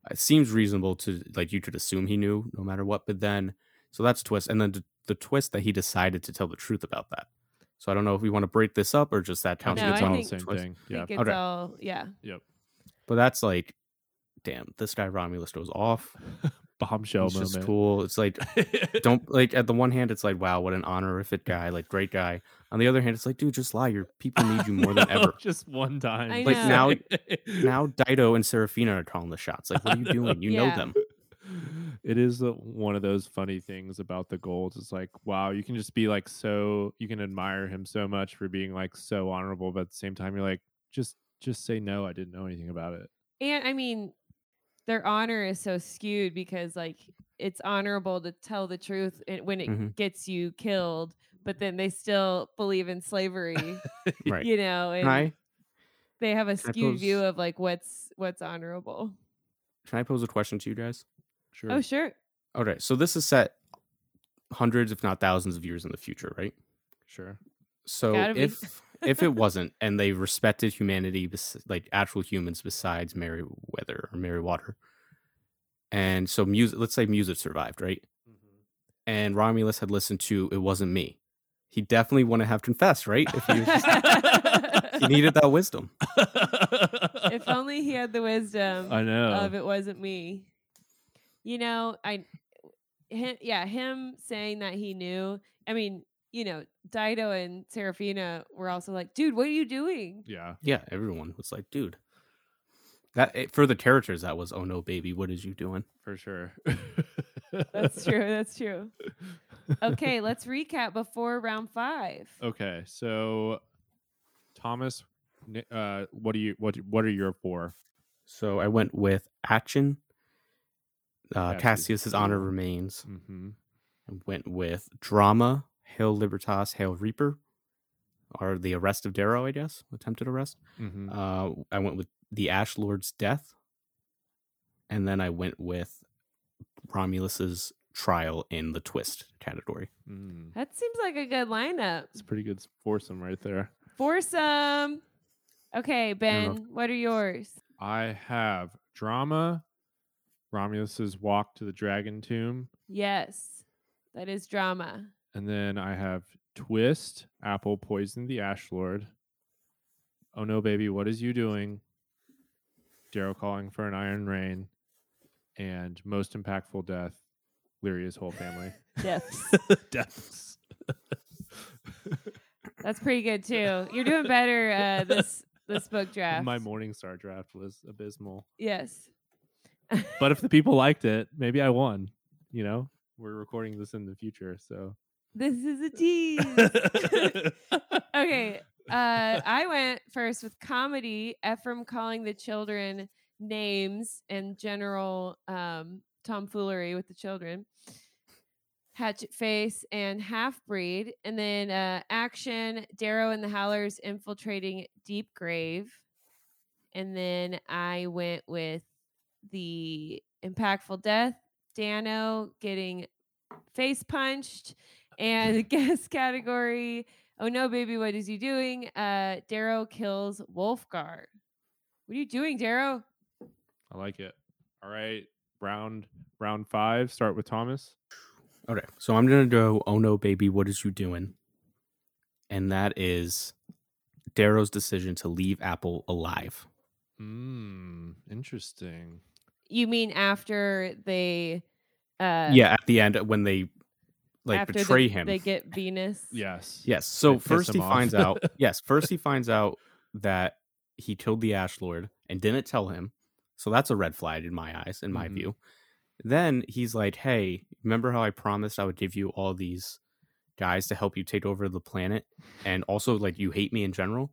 Speaker 3: it seems reasonable to like you could assume he knew no matter what but then so that's twist and then the, the twist that he decided to tell the truth about that so i don't know if we want to break this up or just that
Speaker 1: Yeah.
Speaker 3: counts
Speaker 1: Counts as
Speaker 2: No, I
Speaker 3: as its
Speaker 1: all
Speaker 3: own
Speaker 1: the
Speaker 2: think-
Speaker 1: same
Speaker 3: twist.
Speaker 1: thing.
Speaker 2: I
Speaker 1: Yeah,
Speaker 2: think it's
Speaker 3: Okay.
Speaker 2: all yeah.
Speaker 3: but that's like damn this guy romulus goes off
Speaker 1: bombshell
Speaker 3: it's just
Speaker 1: moment.
Speaker 3: cool. It's like don't like at the one hand it's like wow what an honorific guy like great guy on the other hand it's like dude just lie your people need you more than
Speaker 1: No,
Speaker 3: ever
Speaker 1: Just one time.
Speaker 2: I
Speaker 3: Like, know.
Speaker 1: now,
Speaker 3: now dido and serafina are calling the shots like what are you doing you
Speaker 2: Yeah.
Speaker 3: know them
Speaker 1: it is uh, one of those funny things about the gold it's like wow you can just be like so you can admire him so much for being like so honorable but at the same time you're like just just say no i didn't know anything about it
Speaker 2: And I mean, their honor is so skewed because like it's honorable to tell the truth and- when it
Speaker 3: Mhm.
Speaker 2: gets you killed, but then they still believe in slavery,
Speaker 3: right?
Speaker 2: you know, and
Speaker 3: Can I
Speaker 2: they have a
Speaker 3: Can I
Speaker 2: skewed view
Speaker 3: pose-
Speaker 2: of like what's what's honorable.
Speaker 3: can I pose a question to you guys?
Speaker 1: Sure.
Speaker 2: Oh, sure.
Speaker 3: Okay, so this is set hundreds, if not thousands, of years in the future, right?
Speaker 1: Sure.
Speaker 3: So
Speaker 2: Gotta be.
Speaker 3: if if it wasn't, and they respected humanity, bes- like actual humans, besides Merryweather or Merrywater, and so music, let's say music survived, right? And Romulus had listened to "It Wasn't Me," he definitely wouldn't have confessed, right? If he, was just, he needed that wisdom,
Speaker 2: if only he had the wisdom
Speaker 1: I
Speaker 3: Uh-huh.
Speaker 1: know.
Speaker 2: of it wasn't me. You know, I, him, yeah, him saying that he knew. I mean, you know, Dido and Serafina were also like, "Dude, what are you doing?"
Speaker 1: Yeah.
Speaker 3: yeah. Everyone was like, "Dude." That it- for the characters, that was oh no, baby, what is you doing?
Speaker 1: For sure.
Speaker 2: That's true. That's true. Okay, let's recap before round five.
Speaker 1: Okay, so Thomas, n- uh, what do you what what are your four?
Speaker 3: So I went with Achin. Uh,
Speaker 1: Cassius.
Speaker 3: Cassius's honor remains.
Speaker 1: Mm-hmm.
Speaker 3: I went with drama, Hail Libertas, Hail Reaper, or the arrest of Darrow, I guess, attempted arrest.
Speaker 1: Mm-hmm.
Speaker 3: Uh, I went with the Ash Lord's death, and then I went with Romulus's trial in the twist category.
Speaker 1: mm.
Speaker 2: That seems like a good lineup.
Speaker 1: It's a pretty good foursome right there.
Speaker 2: Foursome. Okay,
Speaker 3: know.
Speaker 2: Ben, what are yours?
Speaker 1: I have drama, Romulus's walk to the dragon tomb,
Speaker 2: Yes, that is drama.
Speaker 1: and then I have twist. Apple poisoned the Ash Lord. Oh no, baby, what is you doing? Darrow calling for an iron rain, and most impactful death, Lyria's whole family.
Speaker 2: Deaths.
Speaker 1: Deaths.
Speaker 2: That's pretty good too. You're doing better uh, this this book draft.
Speaker 1: My Morningstar draft was abysmal.
Speaker 2: yes.
Speaker 1: But if the people liked it, maybe I won. You know, we're recording this in the future, so.
Speaker 2: This is a tease. okay. Uh, I went first with comedy. Ephraim calling the children names and general um, tomfoolery with the children. Hatchet Face and Half Breed, and then uh, Action Darrow and the Howlers infiltrating Deep Grave, and then I went with the Impactful Death. Dano getting face punched, and guest category. Oh no, baby, what is you doing? Uh, Darrow kills Wolfgar. What are you doing, Darrow?
Speaker 1: I like it. All right, round round five. Start with Thomas.
Speaker 3: Okay, so I'm gonna go. Oh no, baby, what is you doing? And that is Darrow's decision to leave Apple alive.
Speaker 2: Hmm,
Speaker 1: Mm, interesting.
Speaker 2: You mean after they? Uh,
Speaker 3: yeah, at the end when they like
Speaker 2: after
Speaker 3: betray
Speaker 2: the-
Speaker 3: him.
Speaker 2: They get Venus.
Speaker 1: Yes.
Speaker 3: Yes. So
Speaker 1: piss
Speaker 3: first he
Speaker 1: him off.
Speaker 3: finds out. Yes. First he finds out that he killed the Ash Lord and didn't tell him. So that's a red flag in my eyes, in my
Speaker 1: Mhm.
Speaker 3: view. Then he's like, "Hey, remember how I promised I would give you all these guys to help you take over the planet, and also like you hate me in general.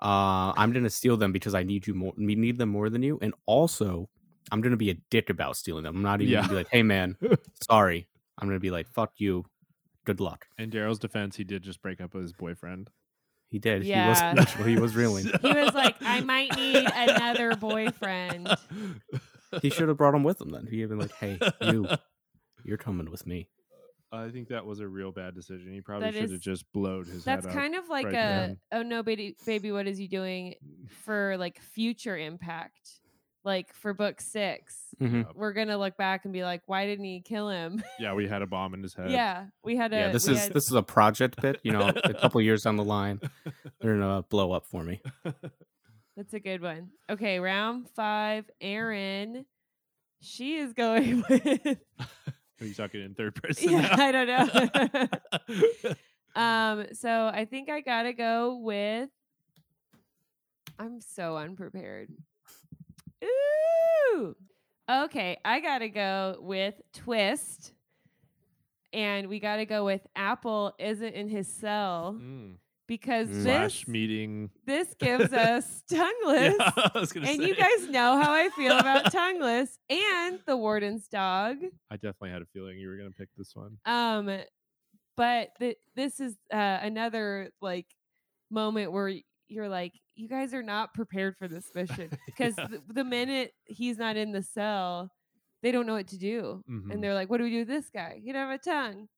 Speaker 3: Uh, I'm gonna steal them because I need you more. We need them more than you, and also." I'm gonna be a dick about stealing them. I'm not even
Speaker 1: Yeah.
Speaker 3: gonna be like, "Hey, man, sorry." I'm gonna be like, "Fuck you, good luck."
Speaker 1: In Daryl's defense, he did just break up with his boyfriend.
Speaker 3: He did.
Speaker 2: Yeah.
Speaker 3: He was he was reeling.
Speaker 2: He was like, I might need another boyfriend.
Speaker 3: He should have brought him with him then. He'd have been like, "Hey, you, you're coming with me."
Speaker 1: I think that was a real bad decision. He probably
Speaker 2: That
Speaker 1: should
Speaker 2: is-
Speaker 1: have just blowed his
Speaker 2: That's
Speaker 1: head
Speaker 2: kind of like
Speaker 1: right
Speaker 2: a
Speaker 1: then.
Speaker 2: oh no, baby, baby, what is you doing for like future impact? Like for book six,
Speaker 3: Mm-hmm.
Speaker 1: Mhm.
Speaker 2: we're gonna look back and be like, why didn't he kill him?
Speaker 1: up. Yeah, we had a bomb in his head.
Speaker 2: yeah, we had a.
Speaker 3: Yeah, this
Speaker 2: we
Speaker 3: is
Speaker 2: had-
Speaker 3: this is a project bit. You know, a couple years down the line, they're gonna blow up for me.
Speaker 2: That's a good one. Okay, round five, Erin. She is going with.
Speaker 1: Are you talking in third person?
Speaker 2: yeah, I don't know.
Speaker 1: now?
Speaker 2: Um, so I think I gotta go with. I'm so unprepared. Ooh. Okay, I gotta go with twist, and we gotta go with Apple isn't in his cell
Speaker 1: Mm.
Speaker 2: because
Speaker 3: Mm.
Speaker 1: Slash
Speaker 2: this
Speaker 1: meeting.
Speaker 2: this gives us
Speaker 1: Yeah,
Speaker 2: tongueless.
Speaker 1: I was gonna
Speaker 2: And
Speaker 1: say.
Speaker 2: you guys know how I feel about tongueless and the warden's dog.
Speaker 1: I definitely had a feeling you were gonna pick this one.
Speaker 2: Um, but th- this is uh, another like moment where y- you're like you guys are not prepared for this mission because
Speaker 1: Yeah.
Speaker 2: th- the minute he's not in the cell they don't know what to do
Speaker 1: Mhm.
Speaker 2: and they're like what do we do with this guy he don't have a tongue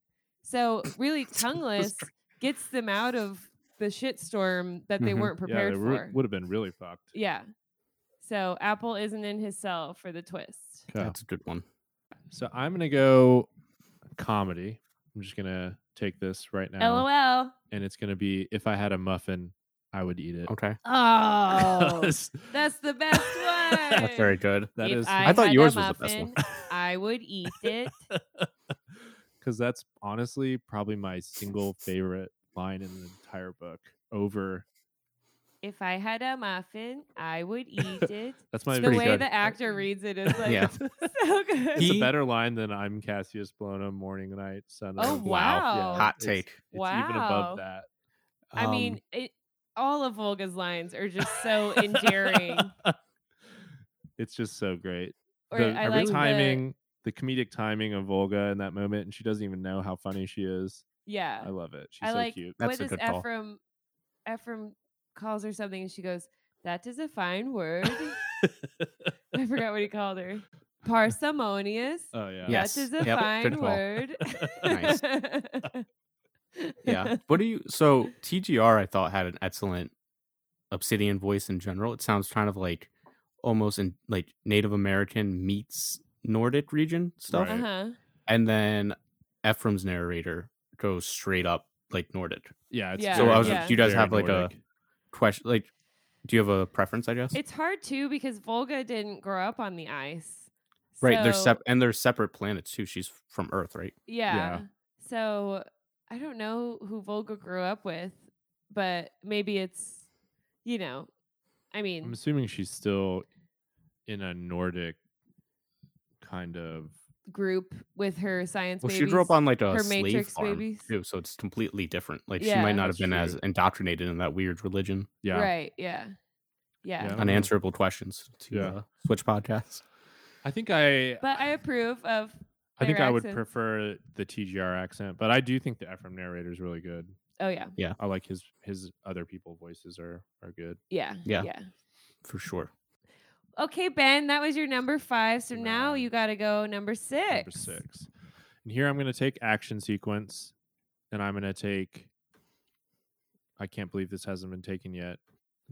Speaker 2: so really tongueless gets them out of the shitstorm that they
Speaker 3: Mhm.
Speaker 2: weren't
Speaker 1: Mm-hmm. yeah,
Speaker 2: prepared
Speaker 1: they
Speaker 2: for
Speaker 1: would have been really fucked.
Speaker 2: yeah so apple isn't in his cell for the twist
Speaker 1: Yeah.
Speaker 3: That's a good one.
Speaker 1: So I'm gonna go comedy. I'm just gonna take this right now,
Speaker 2: lol
Speaker 1: and it's gonna be if I had a muffin, I would eat it.
Speaker 3: Okay.
Speaker 2: oh
Speaker 1: 'Cause
Speaker 2: that's the best one
Speaker 3: That's very good.
Speaker 1: that
Speaker 2: If
Speaker 1: is
Speaker 3: I thought
Speaker 2: had a
Speaker 3: yours was the best one.
Speaker 2: I would eat it.
Speaker 1: because that's honestly probably my single favorite line in the entire book. Over
Speaker 2: If I had a muffin, I would eat it.
Speaker 1: that's my
Speaker 2: the
Speaker 3: pretty
Speaker 2: way
Speaker 3: good.
Speaker 2: the actor reads it is like
Speaker 3: Yeah.
Speaker 2: so good.
Speaker 1: It's
Speaker 3: He-
Speaker 1: a better line than "I'm Cassius Blonum, morning, night, sun."
Speaker 2: Oh,
Speaker 1: up."
Speaker 2: wow.
Speaker 3: Hot
Speaker 1: it's-
Speaker 3: take.
Speaker 1: It's even
Speaker 2: Wow.
Speaker 1: above that.
Speaker 2: I
Speaker 3: um,
Speaker 2: mean, it, all of Volga's lines are just so endearing.
Speaker 1: It's just so great.
Speaker 2: Or
Speaker 1: the,
Speaker 2: I
Speaker 1: every
Speaker 2: like The,
Speaker 1: timing, the... comedic timing of Volga in that moment, and she doesn't even know how funny she is.
Speaker 2: yeah,
Speaker 1: I love it. She's
Speaker 2: I
Speaker 1: so
Speaker 2: like
Speaker 1: cute.
Speaker 3: That's
Speaker 2: what
Speaker 3: a
Speaker 2: does
Speaker 3: good call.
Speaker 2: Ephraim Ephraim calls her something, and she goes, "That is a fine word." I forgot what he called her. Parsimonious.
Speaker 1: Oh yeah.
Speaker 3: Yes.
Speaker 2: That is a
Speaker 3: Yep, good
Speaker 2: fine
Speaker 3: call.
Speaker 2: word.
Speaker 3: Nice. yeah. What do you? So TGR, I thought had an excellent Obsidian voice in general. It sounds kind of like almost in like Native American meets Nordic region stuff,
Speaker 1: Right.
Speaker 2: Uh-huh.
Speaker 3: and then Ephraim's narrator goes straight up like Nordic.
Speaker 1: Yeah. It's
Speaker 2: Yeah.
Speaker 3: so
Speaker 1: very
Speaker 3: I was,
Speaker 1: Nor-
Speaker 2: yeah.
Speaker 3: do you guys
Speaker 1: very
Speaker 3: have like
Speaker 1: Nordic.
Speaker 3: a question? Like, do you have a preference? I guess.
Speaker 2: It's hard too because Volga didn't grow up on the ice.
Speaker 3: right. they're
Speaker 2: So,
Speaker 3: sep- and they're separate planets too. She's from Earth, right?
Speaker 2: Yeah.
Speaker 1: Yeah.
Speaker 2: So I don't know who Volga grew up with, but maybe it's, you know, I
Speaker 1: I'm
Speaker 2: mean,
Speaker 1: assuming she's still in a Nordic kind of.
Speaker 2: group with her science
Speaker 3: Well,
Speaker 2: babies.
Speaker 3: she grew up on like a
Speaker 2: her
Speaker 3: slave
Speaker 2: Matrix
Speaker 3: farm
Speaker 2: babies.
Speaker 3: too, so it's completely different. Like she
Speaker 2: Yeah.
Speaker 3: might not have
Speaker 1: That's
Speaker 3: been
Speaker 1: true.
Speaker 3: as indoctrinated in that weird religion.
Speaker 1: Yeah.
Speaker 2: Right. Yeah. Yeah.
Speaker 1: Yeah. I don't know.
Speaker 3: Unanswerable questions to
Speaker 1: Yeah.
Speaker 3: uh, Switch podcasts.
Speaker 1: I think I.
Speaker 2: But I approve of.
Speaker 1: I think
Speaker 2: their
Speaker 1: I would
Speaker 2: accents.
Speaker 1: prefer the TGR accent, but I do think the Ephraim narrator is really good.
Speaker 2: Oh, yeah.
Speaker 1: I like his his other people voices are are good.
Speaker 2: Yeah.
Speaker 3: Yeah.
Speaker 2: Yeah.
Speaker 3: For sure.
Speaker 2: Okay, Ben, that was your number five. So now
Speaker 1: Nine.
Speaker 2: you got to go number six.
Speaker 1: Number six. And here I'm going to take action sequence, and I'm going to take. I can't believe this hasn't been taken yet.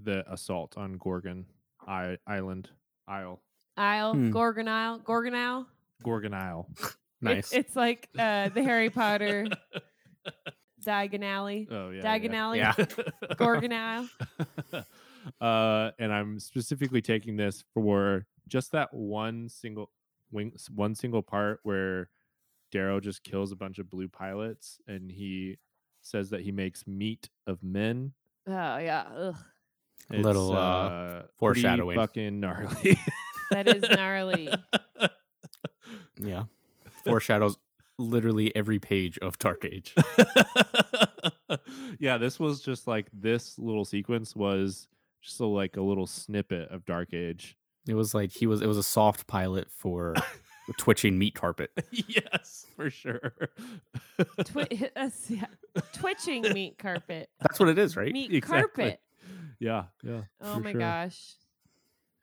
Speaker 1: The assault on Gorgon I- Island, Isle,
Speaker 2: Isle,
Speaker 3: Hmm.
Speaker 2: Gorgon Isle, Gorgon Isle.
Speaker 1: Gorgon Isle.
Speaker 3: Nice.
Speaker 2: It's, it's like uh, the Harry Potter Diagon Alley,
Speaker 1: Oh yeah.
Speaker 2: Diagon Alley,
Speaker 3: Yeah.
Speaker 2: Gorgon Isle.
Speaker 1: uh, and I'm specifically taking this for just that one single wing, s- one single part where Darrow just kills a bunch of blue pilots, and he says that he makes meat of men.
Speaker 2: Oh yeah, Ugh.
Speaker 1: It's,
Speaker 3: Little, uh,
Speaker 1: pretty
Speaker 3: foreshadowing.
Speaker 1: fucking gnarly.
Speaker 2: that is gnarly.
Speaker 3: Yeah. Foreshadows literally every page of Dark Age.
Speaker 1: yeah, this was just like this little sequence was just a, like a little snippet of Dark Age.
Speaker 3: It was like he was it was a soft pilot for twitching meat carpet.
Speaker 1: yes, for sure.
Speaker 2: Twi- us- yeah. Twitching meat carpet,
Speaker 3: That's what it is, right?
Speaker 2: meat
Speaker 1: Exactly.
Speaker 2: carpet.
Speaker 1: Yeah, yeah.
Speaker 2: Oh
Speaker 1: for
Speaker 2: my
Speaker 1: sure.
Speaker 2: gosh.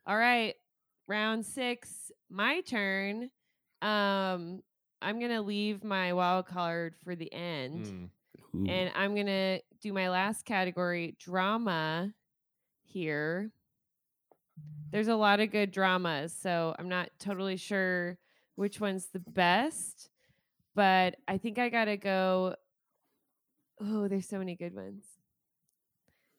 Speaker 2: All right. Round six, my turn. Um, I'm gonna leave my wild card for the end.
Speaker 1: Mm.
Speaker 3: Ooh.
Speaker 2: And I'm going to do my last category drama here. There's a lot of good dramas, so I'm not totally sure which one's the best, but I think I got to go. Oh, there's so many good ones.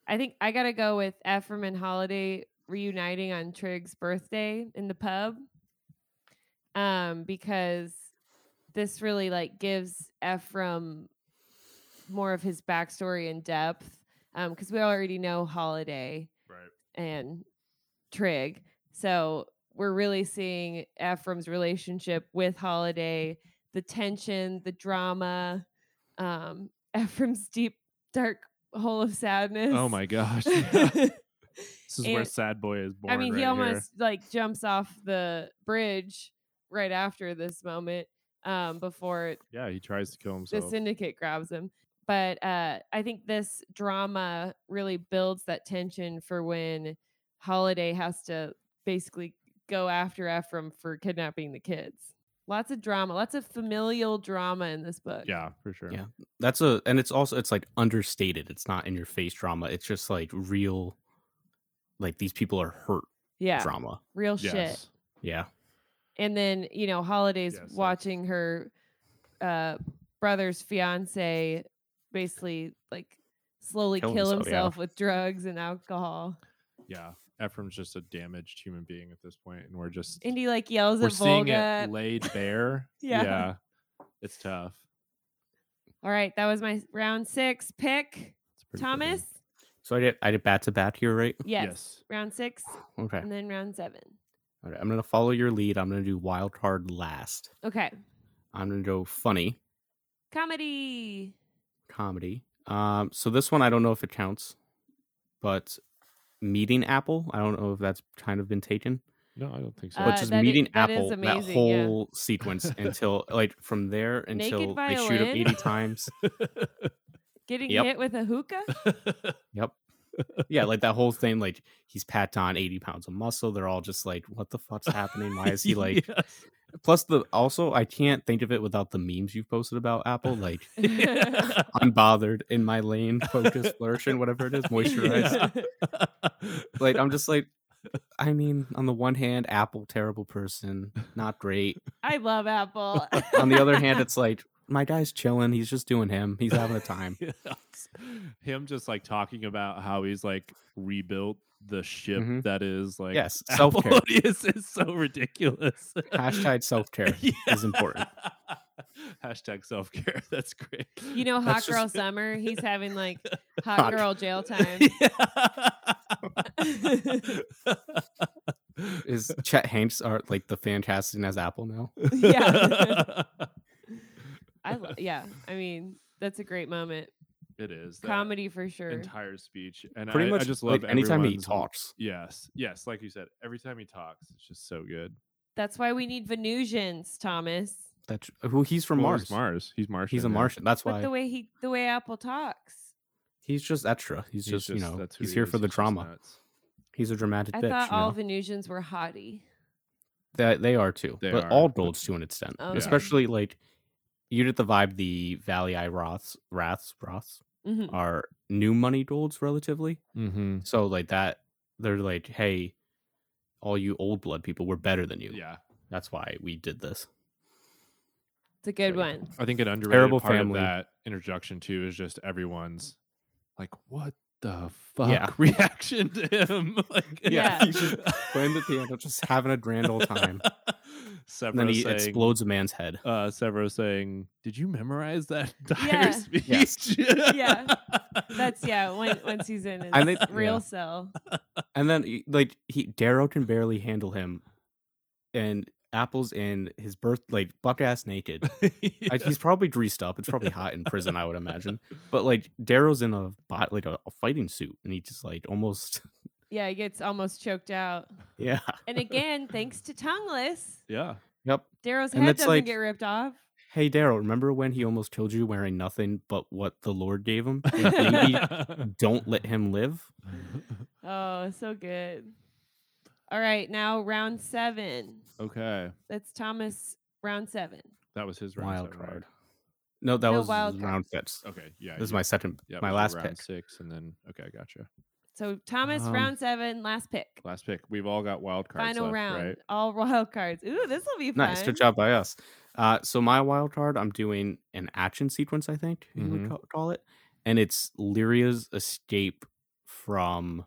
Speaker 2: I think I got to go with Ephraim and Holiday reuniting on Trig's birthday in the pub um, because this really like gives Ephraim more of his backstory in depth because we already know Holiday
Speaker 1: Right.
Speaker 2: and Trig, so we're really seeing Ephraim's relationship with Holiday, the tension, the drama, um, Ephraim's deep dark hole of sadness.
Speaker 1: Oh my gosh. this
Speaker 2: god.
Speaker 1: is where
Speaker 2: And-
Speaker 1: Sad Boy is born.
Speaker 2: I mean,
Speaker 1: right
Speaker 2: he
Speaker 1: here.
Speaker 2: almost like jumps off the bridge right after this moment. um, before
Speaker 1: Yeah, he tries to kill
Speaker 2: the
Speaker 1: himself.
Speaker 2: syndicate grabs him. But uh, I think this drama really builds that tension for when Holiday has to basically go after Ephraim for kidnapping the kids. Lots of drama, lots of familial drama in this book.
Speaker 1: yeah, for sure.
Speaker 3: Yeah. That's a and it's also it's like understated. It's not in your face drama. It's just like real like these people are hurt
Speaker 2: Yeah.
Speaker 3: drama.
Speaker 2: Real Oh, shit.
Speaker 1: Yes.
Speaker 3: Yeah.
Speaker 2: and then you know holidays
Speaker 1: Yes, that's-
Speaker 2: watching her uh brother's fiance basically like slowly
Speaker 3: Kill
Speaker 2: kill,
Speaker 3: himself,
Speaker 2: himself,
Speaker 3: yeah.
Speaker 2: with drugs and alcohol
Speaker 1: Yeah. Ephraim's just a damaged human being at this point, and we're just
Speaker 2: and he like yells
Speaker 1: we're
Speaker 2: at
Speaker 1: seeing
Speaker 2: volga
Speaker 1: it laid bare.
Speaker 2: Yeah.
Speaker 1: It's tough.
Speaker 2: all right that was my round six pick
Speaker 1: It's a pretty good
Speaker 2: thomas
Speaker 1: one.
Speaker 3: So I did I did bat to bat here, right?
Speaker 2: yes.
Speaker 1: Yes.
Speaker 2: round six
Speaker 3: Okay.
Speaker 2: and then round seven
Speaker 3: All right. I'm gonna follow your lead. I'm gonna do wild card last.
Speaker 2: okay
Speaker 3: I'm gonna go funny
Speaker 2: comedy
Speaker 3: comedy. Um so this one I don't know if it counts, but Meeting Apple. I don't know if that's kind of been taken.
Speaker 1: No, I don't think so.
Speaker 3: But
Speaker 2: Uh,
Speaker 3: just
Speaker 2: that i-
Speaker 3: meeting
Speaker 2: that is
Speaker 3: Apple,
Speaker 2: amazing, yeah.
Speaker 3: that whole sequence until like from there
Speaker 2: Naked
Speaker 3: until they shoot up
Speaker 2: violin.
Speaker 3: 80 times.
Speaker 2: getting
Speaker 3: Yep.
Speaker 2: hit with a hookah
Speaker 3: Yep. Yeah, like that whole thing, like he's packed on 80 pounds of muscle. They're all just like, what the fuck's happening? Why is he like
Speaker 1: Yes.
Speaker 3: plus the also I can't think of it without the memes you've posted about Apple, like
Speaker 1: Yeah.
Speaker 3: unbothered in my lane, focus, flourishing, whatever it is, moisturized. Like I'm just like I mean, on the one hand, Apple terrible person, not great.
Speaker 2: i love apple
Speaker 3: On the other hand, it's like my guy's chilling, he's just doing him, he's having a time.
Speaker 1: Yes. Him just like talking about how he's like rebuilt the ship
Speaker 3: Mhm.
Speaker 1: that is like
Speaker 3: Yes,
Speaker 1: Apple
Speaker 3: self-care.
Speaker 1: is, is so ridiculous.
Speaker 3: Hashtag self care is important.
Speaker 1: Hashtag self care. That's great.
Speaker 2: you know hot
Speaker 3: That's
Speaker 2: girl
Speaker 3: just-
Speaker 2: summer he's having like hot,
Speaker 3: Hot-
Speaker 2: girl jail time
Speaker 3: Is Chet Hanks are like the fan casting as Apple now?
Speaker 2: Yeah. I lo- yeah, I mean that's a great moment.
Speaker 1: it is
Speaker 3: uh,
Speaker 1: that
Speaker 2: Comedy for sure.
Speaker 1: entire speech, and
Speaker 3: Pretty
Speaker 1: I,
Speaker 3: much
Speaker 1: I just
Speaker 3: like,
Speaker 1: love
Speaker 3: anytime he
Speaker 1: everyone's-
Speaker 3: talks.
Speaker 1: Yes, yes, like you said, every time he talks, it's just so good.
Speaker 2: That's why we need Venusians, Thomas.
Speaker 3: That's who he's from
Speaker 1: Well,
Speaker 3: Mars.
Speaker 1: he's Mars. He's Martian.
Speaker 3: He's a
Speaker 1: yeah.
Speaker 3: Martian. That's
Speaker 2: But
Speaker 3: why
Speaker 2: the way he, the way Apple talks,
Speaker 3: he's just extra. He's,
Speaker 1: He's
Speaker 3: just, you know
Speaker 1: that's who
Speaker 3: he's
Speaker 1: he
Speaker 3: here
Speaker 1: is,
Speaker 3: for the
Speaker 1: just
Speaker 3: drama.
Speaker 1: nuts.
Speaker 3: He's a dramatic
Speaker 2: I
Speaker 3: bitch.
Speaker 2: thought
Speaker 3: you
Speaker 2: all
Speaker 3: know?
Speaker 2: Venusians were hottie.
Speaker 3: That they are too,
Speaker 1: They
Speaker 3: but
Speaker 1: are,
Speaker 3: all
Speaker 1: but-
Speaker 3: golds to an extent.
Speaker 2: Oh, Okay.
Speaker 3: Especially like you get the vibe the Valley Eye Roths Wraths Roths
Speaker 2: Mhm.
Speaker 3: are new money golds relatively.
Speaker 1: Mm-hmm.
Speaker 3: So like that they're like, hey, all you old blood people, we're better than you.
Speaker 1: Yeah,
Speaker 3: That's why we did this.
Speaker 2: It's a good
Speaker 3: Right.
Speaker 2: one.
Speaker 1: I think an underrated
Speaker 3: Terrible
Speaker 1: part
Speaker 3: family.
Speaker 1: of that introduction too is just everyone's like, "What the fuck?"
Speaker 3: Yeah.
Speaker 1: reaction to him. Like,
Speaker 2: Yeah.
Speaker 3: he's just playing the piano, just having a grand old time. And
Speaker 1: Severo's
Speaker 3: then he
Speaker 1: saying,
Speaker 3: explodes a man's head.
Speaker 1: uh, Severo saying, "Did you memorize that entire
Speaker 2: Yeah.
Speaker 1: speech?"
Speaker 3: Yes.
Speaker 2: Yeah. That's yeah. When, once he's in his
Speaker 3: I think-
Speaker 2: real
Speaker 3: yeah.
Speaker 2: cell,
Speaker 3: And then y- like he Darrow can barely handle him, and Apple's in his birth like buck ass naked. Like, he's probably greased up. It's probably hot in prison, I would imagine. But like Darrow's in a bot like a, a fighting suit, and he just like almost
Speaker 2: yeah, he gets almost choked out.
Speaker 3: yeah
Speaker 2: And again, thanks to Tongueless,
Speaker 1: yeah.
Speaker 3: yep.
Speaker 2: Darrow's
Speaker 3: And
Speaker 2: head
Speaker 3: that's
Speaker 2: doesn't
Speaker 3: like-
Speaker 2: get ripped off.
Speaker 3: Hey Darrow, remember when he almost killed you wearing nothing but what the Lord gave him? Like, maybe don't let him live.
Speaker 2: Oh, so good. All right, now round seven.
Speaker 1: okay,
Speaker 2: That's Thomas round seven.
Speaker 1: that was his round
Speaker 3: Wild
Speaker 1: seven, right?
Speaker 3: card. No, that
Speaker 2: No,
Speaker 3: was
Speaker 2: wild
Speaker 3: round six.
Speaker 1: Okay, yeah.
Speaker 3: This is
Speaker 1: you-
Speaker 3: my second,
Speaker 1: yeah, it was
Speaker 3: my
Speaker 1: your
Speaker 3: last
Speaker 1: round
Speaker 3: pick.
Speaker 1: six, and then okay, I gotcha.
Speaker 2: So Thomas,
Speaker 3: Um,
Speaker 2: round seven, last pick,
Speaker 1: Last pick. We've all got wild cards.
Speaker 2: final
Speaker 1: left,
Speaker 2: round,
Speaker 1: right?
Speaker 2: all wild cards. Ooh, this will be fun.
Speaker 3: Nice, good job by us. Uh, so my wild card, I'm doing an action sequence, I think you
Speaker 1: Mhm.
Speaker 3: would ca- call it, and it's Lyria's escape from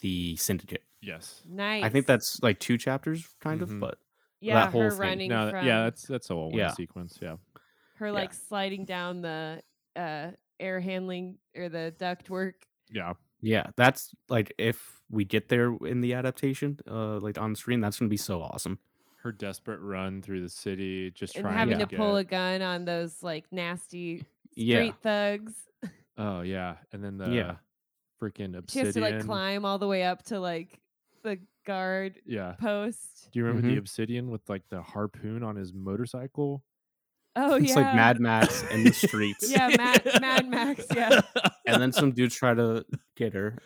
Speaker 3: the syndicate.
Speaker 1: Yes.
Speaker 2: Nice.
Speaker 3: I think that's like two chapters, kind
Speaker 1: Mhm.
Speaker 3: of, but
Speaker 2: yeah,
Speaker 3: whole
Speaker 2: her
Speaker 3: thing.
Speaker 2: running
Speaker 1: No,
Speaker 2: from
Speaker 1: th- yeah, that's that's a whole
Speaker 3: Yeah.
Speaker 1: sequence. Yeah.
Speaker 2: her
Speaker 3: yeah.
Speaker 2: like sliding down the uh air handling or the duct work.
Speaker 1: Yeah.
Speaker 3: yeah, that's like if we get there in the adaptation, uh, like on screen, that's gonna be so awesome.
Speaker 1: Her desperate run through the city, just
Speaker 2: And
Speaker 1: trying
Speaker 2: having
Speaker 1: to,
Speaker 2: to pull a
Speaker 1: get-
Speaker 2: gun on those like nasty
Speaker 3: Yeah,
Speaker 2: street thugs.
Speaker 1: Oh yeah, and then the
Speaker 3: Yeah.
Speaker 1: freaking obsidian.
Speaker 2: She has to like climb all the way up to like the guard
Speaker 1: Yeah.
Speaker 2: post.
Speaker 1: Do you remember
Speaker 3: Mhm.
Speaker 1: the obsidian with like the harpoon on his motorcycle?
Speaker 2: Oh
Speaker 3: it's
Speaker 2: yeah,
Speaker 3: like Mad Max in the streets.
Speaker 2: Yeah, Mad, Mad Max. Yeah,
Speaker 3: and then some dudes try to get her,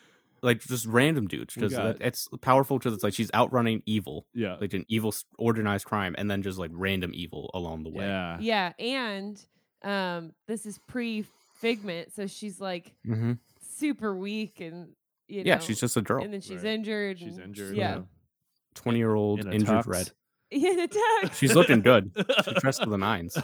Speaker 3: like just random dudes,
Speaker 1: We
Speaker 3: because
Speaker 1: got-
Speaker 3: it's powerful because it's like she's outrunning evil,
Speaker 1: Yeah.
Speaker 3: like an evil s- organized crime, and then just like random evil along the way.
Speaker 1: yeah.
Speaker 2: yeah. And um, this is pre Figment, so she's like
Speaker 3: hmm
Speaker 2: super weak and you know.
Speaker 3: yeah, she's just a girl,
Speaker 2: and then she's
Speaker 1: Right.
Speaker 2: injured.
Speaker 1: She's
Speaker 2: and-
Speaker 1: injured.
Speaker 2: Yeah,
Speaker 3: twenty year old
Speaker 1: In a
Speaker 3: injured
Speaker 1: tux.
Speaker 3: red.
Speaker 2: in a tux.
Speaker 3: She's looking good. She dressed to the nines.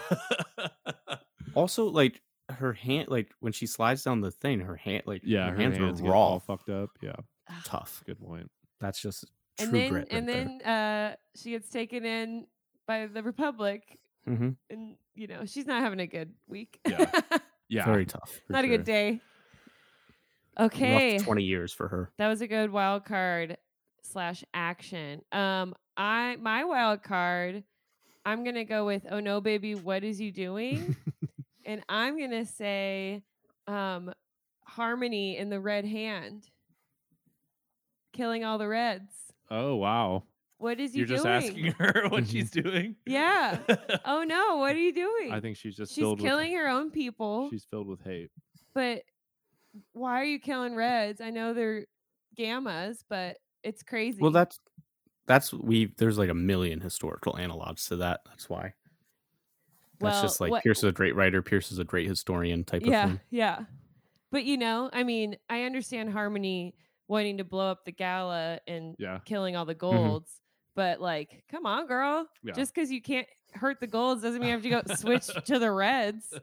Speaker 1: yeah.
Speaker 3: Also, like her hand, like when she slides down the thing, her hand, like
Speaker 1: yeah.
Speaker 3: her,
Speaker 1: Her
Speaker 3: hands,
Speaker 1: hands
Speaker 3: are
Speaker 1: get all
Speaker 3: raw,
Speaker 1: fucked up. Yeah.
Speaker 3: tough.
Speaker 1: Good point.
Speaker 3: That's just true
Speaker 2: And then
Speaker 3: grit.
Speaker 2: and then uh, she gets taken in by the Republic,
Speaker 3: hmm
Speaker 2: and you know she's not having a good week.
Speaker 1: Yeah. Yeah.
Speaker 3: very tough.
Speaker 2: not a good day. Okay,
Speaker 3: Rough twenty years for her.
Speaker 2: That was a good wild card slash action. Um, I my wild card, I'm gonna go with "Oh no, baby, what is you doing?" and I'm gonna say, um, "Harmony in the Red Hand," killing all the Reds.
Speaker 1: Oh wow.
Speaker 2: What is
Speaker 4: You're
Speaker 2: you
Speaker 4: just
Speaker 2: doing?
Speaker 4: asking her what
Speaker 3: Mhm.
Speaker 4: she's doing.
Speaker 2: Yeah. Oh no, what are you doing?
Speaker 1: I Mm-hmm. think she's just
Speaker 2: she's
Speaker 1: filled
Speaker 2: killing
Speaker 1: with,
Speaker 2: her own people.
Speaker 1: She's filled with hate.
Speaker 2: but why are you killing Reds? I know they're gammas, but it's crazy.
Speaker 3: Well, that's that's we. There's like a million historical analogs to that. That's why. That's
Speaker 2: Well,
Speaker 3: just like
Speaker 2: what-
Speaker 3: Pierce is a great writer. Pierce is a great historian type
Speaker 2: yeah,
Speaker 3: of thing.
Speaker 2: Yeah. But you know, I mean, I understand Harmony wanting to blow up the gala and
Speaker 1: Yeah.
Speaker 2: killing all the
Speaker 3: Mm-hmm.
Speaker 2: golds, but like, come on, girl.
Speaker 1: Yeah.
Speaker 2: Just because you can't hurt the golds doesn't mean you have to go switch to the reds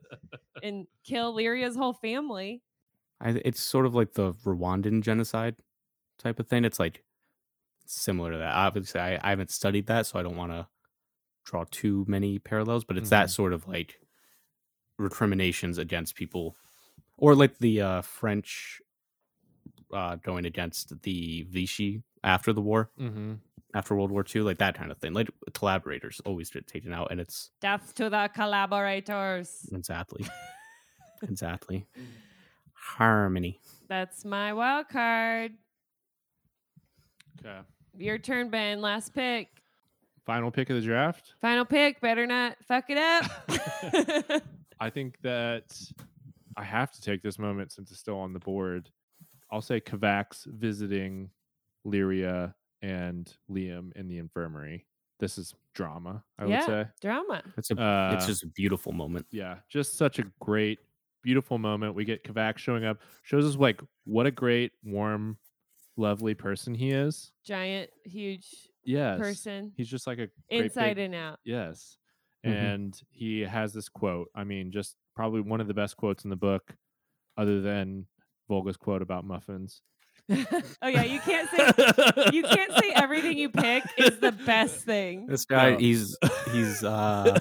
Speaker 2: and kill Lyria's whole family.
Speaker 3: I, it's sort of like the Rwandan genocide type of thing. It's like similar to that. Obviously, I, I haven't studied that, so I don't want to draw too many parallels. But it's
Speaker 2: Mm-hmm.
Speaker 3: that sort of like recriminations against people, or like the uh, French uh, going against the Vichy after the war.
Speaker 1: Mm-hmm.
Speaker 3: after World War II, like that kind of thing. Like collaborators always get taken out, and it's
Speaker 2: Death to the collaborators.
Speaker 3: exactly, exactly harmony.
Speaker 2: That's my wild card.
Speaker 1: Okay.
Speaker 2: Your turn, Ben. Last pick.
Speaker 1: Final pick of the draft.
Speaker 2: Final pick. Better not fuck it up.
Speaker 1: I think that I have to take this moment since it's still on the board. I'll say Kavax visiting Lyria and Liam in the infirmary. This is drama, I
Speaker 2: Yeah.
Speaker 1: would say.
Speaker 2: Drama.
Speaker 3: It's a,
Speaker 1: Uh,
Speaker 3: it's just a beautiful moment.
Speaker 1: yeah, just such a great, beautiful moment. We get Kavak showing up, shows us like what a great, warm, lovely person he is.
Speaker 2: Giant, huge
Speaker 1: Yes,
Speaker 2: person.
Speaker 1: He's just like a great
Speaker 2: inside
Speaker 1: big-
Speaker 2: and out.
Speaker 1: Yes.
Speaker 3: Mhm.
Speaker 1: And he has this quote. I mean, just probably one of the best quotes in the book, other than Volga's quote about muffins.
Speaker 2: oh yeah, you can't say you can't say everything you pick is the best thing.
Speaker 3: This guy,
Speaker 1: No.
Speaker 3: he's he's uh,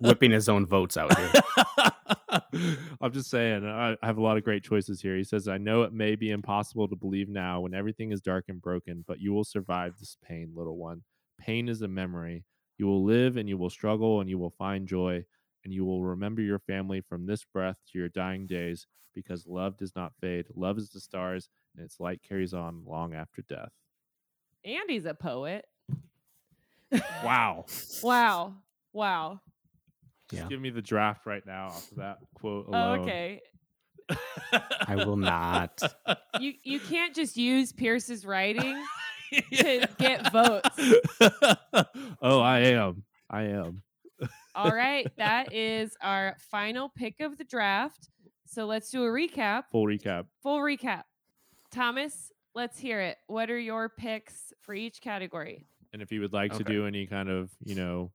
Speaker 3: whipping his own votes out here.
Speaker 1: I'm just saying, I I have a lot of great choices here. He says, I know it may be impossible to believe now when everything is dark and broken, but you will survive this pain, little one. Pain is a memory. You will live and you will struggle and you will find joy and you will remember your family from this breath to your dying days because love does not fade. Love is the stars and its light carries on long after death.
Speaker 2: And he's a poet.
Speaker 1: Wow.
Speaker 2: Wow. Wow.
Speaker 1: Just
Speaker 3: Yeah.
Speaker 1: give me the draft right now off of that quote
Speaker 2: Oh,
Speaker 1: alone.
Speaker 2: okay.
Speaker 3: I will not.
Speaker 2: You you can't just use Pierce's writing to get votes.
Speaker 1: oh, I am. I am.
Speaker 2: All right. That is our final pick of the draft. So let's do a recap.
Speaker 1: Full recap.
Speaker 2: Full recap. Thomas, let's hear it. What are your picks for each category?
Speaker 1: And if you would like to
Speaker 3: Okay.
Speaker 1: do any kind of, you know,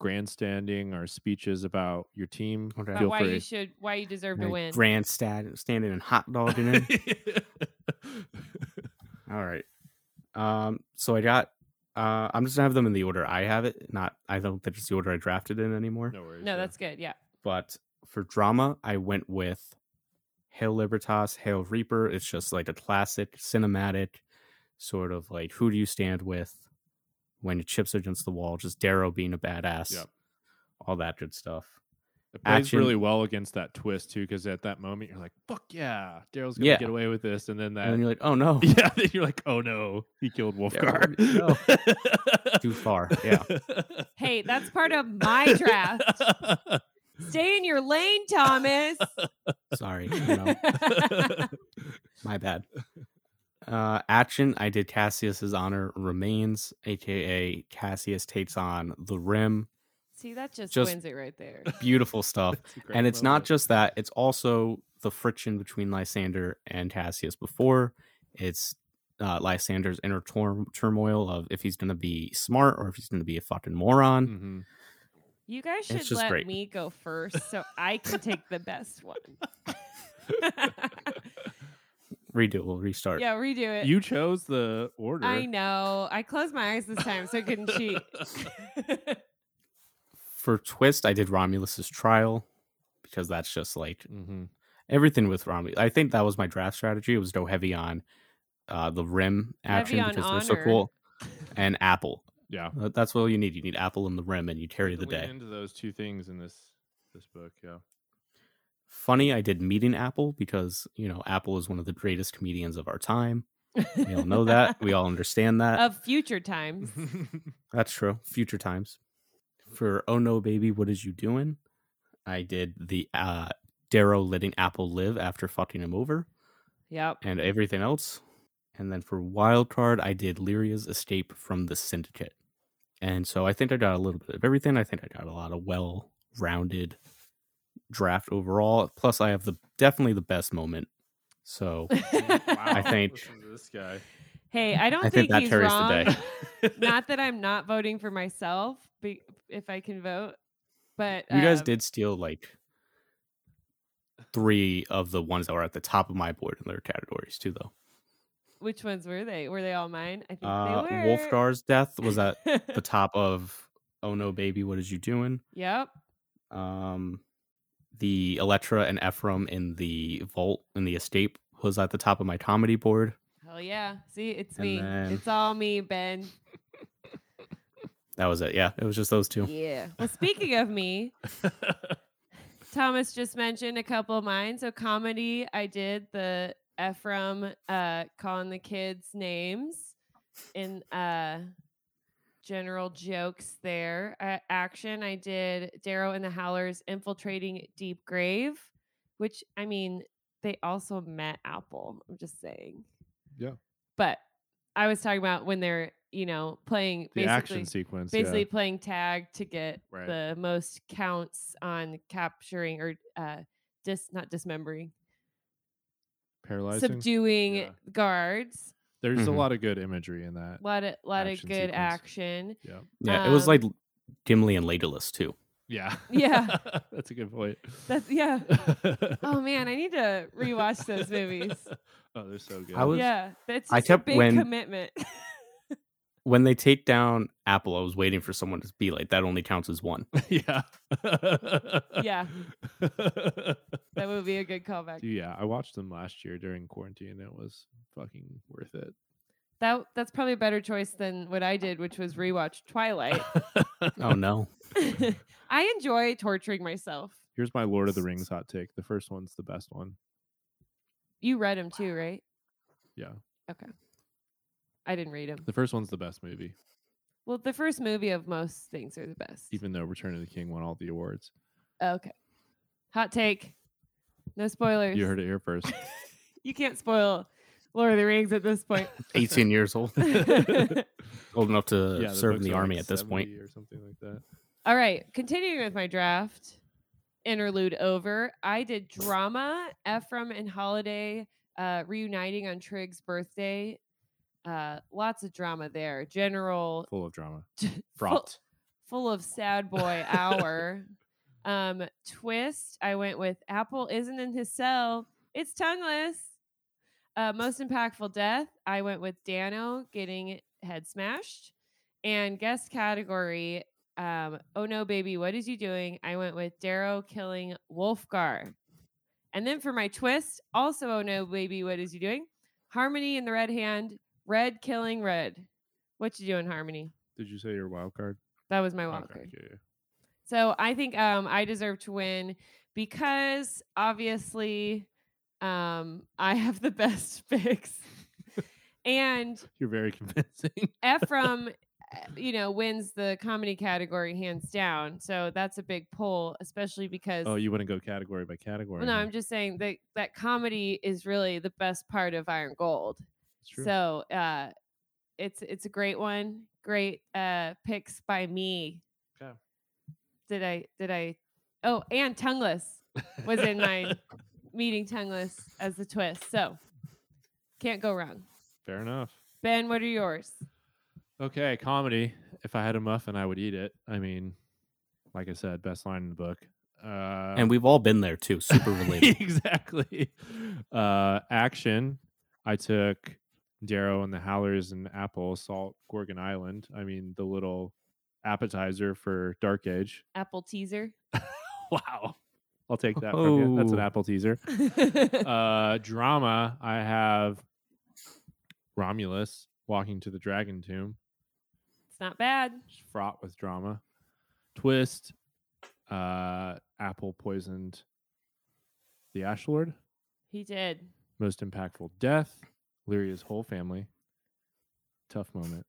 Speaker 1: grandstanding or speeches about your team,
Speaker 3: Okay.
Speaker 2: About
Speaker 1: feel
Speaker 2: why
Speaker 1: free.
Speaker 2: you should why you deserve to
Speaker 3: Like,
Speaker 2: win.
Speaker 3: Grand stand, standing and hot dogging it. All right. Um. So I got. Uh, I'm just gonna have them in the order I have it. Not. I don't think it's the order I drafted in anymore.
Speaker 1: no worries.
Speaker 2: No,
Speaker 1: yeah.
Speaker 2: that's good. Yeah.
Speaker 3: but for drama, I went with Hail Libertas, Hail Reaper. It's just like a classic cinematic sort of like who do you stand with when your chips are against the wall, just Darrow being a badass,
Speaker 1: Yep.
Speaker 3: all that good stuff.
Speaker 1: It plays
Speaker 3: Action.
Speaker 1: really well against that twist too, because at that moment you're like, "Fuck yeah, Daryl's gonna
Speaker 3: Yeah.
Speaker 1: get away with this," and then that,
Speaker 3: and then you're like, oh no,
Speaker 1: yeah, then you're like, "Oh no, he killed Wolfgar."
Speaker 3: too far. Yeah.
Speaker 2: Hey, that's part of my draft. Stay in your lane, Thomas.
Speaker 3: Sorry. you know, my bad. Uh, action. I did Cassius's honor remains, aka Cassius takes on the rim.
Speaker 2: See, that just,
Speaker 3: Just-
Speaker 2: wins it right there.
Speaker 3: Beautiful stuff.
Speaker 1: It's a great
Speaker 3: and it's not
Speaker 1: moment.
Speaker 3: just that it's also the friction between lysander and cassius before it's uh, lysander's inner tor- turmoil of if he's going to be smart or if he's going to be a fucking moron
Speaker 1: Mhm.
Speaker 2: You guys
Speaker 3: It's
Speaker 2: should
Speaker 3: just
Speaker 2: let
Speaker 3: great.
Speaker 2: me go first so I can take the best one.
Speaker 3: redo we'll restart
Speaker 2: yeah, redo it.
Speaker 1: You chose the order.
Speaker 2: Eh, I know. I closed my eyes this time so I couldn't cheat.
Speaker 3: for twist i did romulus's trial because that's just like
Speaker 1: Mhm.
Speaker 3: everything with romulus i think that was my draft strategy it was go heavy on uh, the rim action
Speaker 2: on
Speaker 3: because they're so
Speaker 2: honor.
Speaker 3: cool and apple
Speaker 1: Yeah,
Speaker 3: Uh, that's all you need you need apple and the rim and you carry the
Speaker 1: Lean
Speaker 3: day
Speaker 1: into those two things in this this book. Yeah.
Speaker 3: funny i did meeting apple because you know apple is one of the greatest comedians of our time we all know that we all understand that
Speaker 2: of future times.
Speaker 3: that's true future times for oh no baby what is you doing i did the uh darrow letting apple live after fucking him over
Speaker 2: Yep.
Speaker 3: and everything else and then for wild card i did lyria's escape from the syndicate and so i think i got a little bit of everything i think i got a lot of well rounded draft overall plus i have the definitely the best moment so
Speaker 1: I
Speaker 3: think-
Speaker 1: Listen to this guy.
Speaker 2: Hey, I don't
Speaker 3: I
Speaker 2: think,
Speaker 3: think that
Speaker 2: he's
Speaker 3: carries
Speaker 2: wrong.
Speaker 3: the day.
Speaker 2: not that I'm not voting for myself, be- if I can vote. But
Speaker 3: You guys
Speaker 2: um,
Speaker 3: did steal like three of the ones that were at the top of my board in their categories too, though.
Speaker 2: Which ones were they? Were they all mine? I think
Speaker 3: Uh,
Speaker 2: they were.
Speaker 3: Wolfgar's death was at the top of "Oh No, Baby, What Is You Doing?"
Speaker 2: yep.
Speaker 3: Um, the Electra and Ephraim in the vault in the escape was at the top of my comedy board.
Speaker 2: Hell yeah. See, it's
Speaker 3: And
Speaker 2: me.
Speaker 3: then-
Speaker 2: It's all me, Ben.
Speaker 3: That was it. Yeah, it was just those two.
Speaker 2: Yeah. Well, speaking of me, Thomas just mentioned a couple of mine. So comedy, I did the Ephraim uh, calling the kids names in uh, general jokes there. Uh, action, I did Darrow and the Howlers infiltrating Deep Grave, which I mean, they also met Apple. I'm just saying.
Speaker 1: Yeah.
Speaker 2: But I was talking about when they're, you know, playing
Speaker 1: the
Speaker 2: basically
Speaker 1: action sequence. yeah.
Speaker 2: basically playing tag to get
Speaker 1: Right.
Speaker 2: the most counts on capturing or uh dis not dismembering
Speaker 1: paralyzing.
Speaker 2: subduing
Speaker 1: Yeah.
Speaker 2: guards
Speaker 1: There's a
Speaker 3: Mhm.
Speaker 1: lot of good imagery in that.
Speaker 2: a lot of lot of
Speaker 1: Action
Speaker 2: good
Speaker 1: sequence.
Speaker 2: action
Speaker 3: Yeah, it was
Speaker 2: Um,
Speaker 3: like Gimli and Daedalus too.
Speaker 1: Yeah.
Speaker 2: Yeah.
Speaker 1: That's a good point.
Speaker 2: That's- yeah. oh man i need to rewatch those movies
Speaker 1: Oh, they're so good.
Speaker 3: I was-
Speaker 2: yeah that's
Speaker 3: I
Speaker 2: just
Speaker 3: kept
Speaker 2: a big
Speaker 3: when-
Speaker 2: commitment
Speaker 3: When they take down Apple, I was waiting for someone to be like, "That only counts as one."
Speaker 1: yeah.
Speaker 2: Yeah.
Speaker 1: yeah.
Speaker 2: that would be a good callback
Speaker 1: Yeah. I watched them last year during quarantine. It was fucking worth it.
Speaker 2: that that's probably a better choice than what i did which was rewatch twilight
Speaker 3: oh no.
Speaker 2: i enjoy torturing myself
Speaker 1: Here's my Lord of the Rings hot take. The first one's the best one.
Speaker 2: you read them too right
Speaker 1: Yeah.
Speaker 2: i didn't read them
Speaker 1: The first one's the best movie,
Speaker 2: Well, the first movie of most things are the best.
Speaker 1: even though Return of the King won all the awards.
Speaker 2: okay. Hot take. No spoilers.
Speaker 1: You heard it here first.
Speaker 2: You can't spoil Lord of the Rings at this point.
Speaker 3: 18 years old,
Speaker 2: All
Speaker 3: old enough to
Speaker 1: Yeah,
Speaker 3: serve in
Speaker 1: books
Speaker 3: the
Speaker 1: are like
Speaker 3: army at this point.
Speaker 1: 70 or something like that.
Speaker 2: Mm-hmm. right. Continuing with my draft interlude over, I did drama, Ephraim and Holiday uh, reuniting on Trig's birthday. Uh, lots of drama there. General
Speaker 1: Full of drama.
Speaker 2: Full-
Speaker 1: Fraught.
Speaker 2: full of sad boy hour. um, twist, I went with Apple isn't in his cell, it's tongueless. Uh, most impactful death, I went with Dano getting head smashed. And guest category, um, oh no, baby, what is you doing? I went with Darrow killing Wolfgar. And then for my twist, also, oh no, baby, what is you doing? Harmony in the red hand, red killing red. What you doing, Harmony?
Speaker 1: Did you say your wild card?
Speaker 2: That was my wild
Speaker 1: Okay,
Speaker 2: card.
Speaker 1: yeah, yeah.
Speaker 2: So I think um, I deserve to win because obviously um, I have the best picks. and
Speaker 1: You're very convincing.
Speaker 2: Ephraim, uh, you know, wins the comedy category hands down. So that's a big pull, especially because.
Speaker 1: oh, you wouldn't go category by category.
Speaker 2: well, no,
Speaker 1: huh?
Speaker 2: I'm just saying that that comedy is really the best part of Iron Gold.
Speaker 1: It's true.
Speaker 2: So uh, it's it's a great one. Great uh, picks by me.
Speaker 1: Okay.
Speaker 2: Did I did I? Oh, and tongueless was in my meeting tongueless as the twist. So can't go wrong.
Speaker 1: Fair enough.
Speaker 2: Ben, what are yours?
Speaker 1: Okay, comedy. If I had a muffin, I would eat it. I mean, like I said, best line in the book. Uh,
Speaker 3: and we've all been there too. Super related.
Speaker 1: exactly. Uh, action. I took Darrow and the Howlers and Apple Salt Gorgon Island. I mean, the little appetizer for Dark Age.
Speaker 2: Apple teaser.
Speaker 1: Wow. I'll take that. From you. That's an
Speaker 3: Oh.
Speaker 1: apple teaser. Uh, drama. I have Romulus walking to the dragon tomb.
Speaker 2: It's not bad.
Speaker 1: It's fraught with drama. Twist. Uh, Apple poisoned the Ash Lord.
Speaker 2: He did.
Speaker 1: Most impactful death. Lyria's whole family. Tough moment.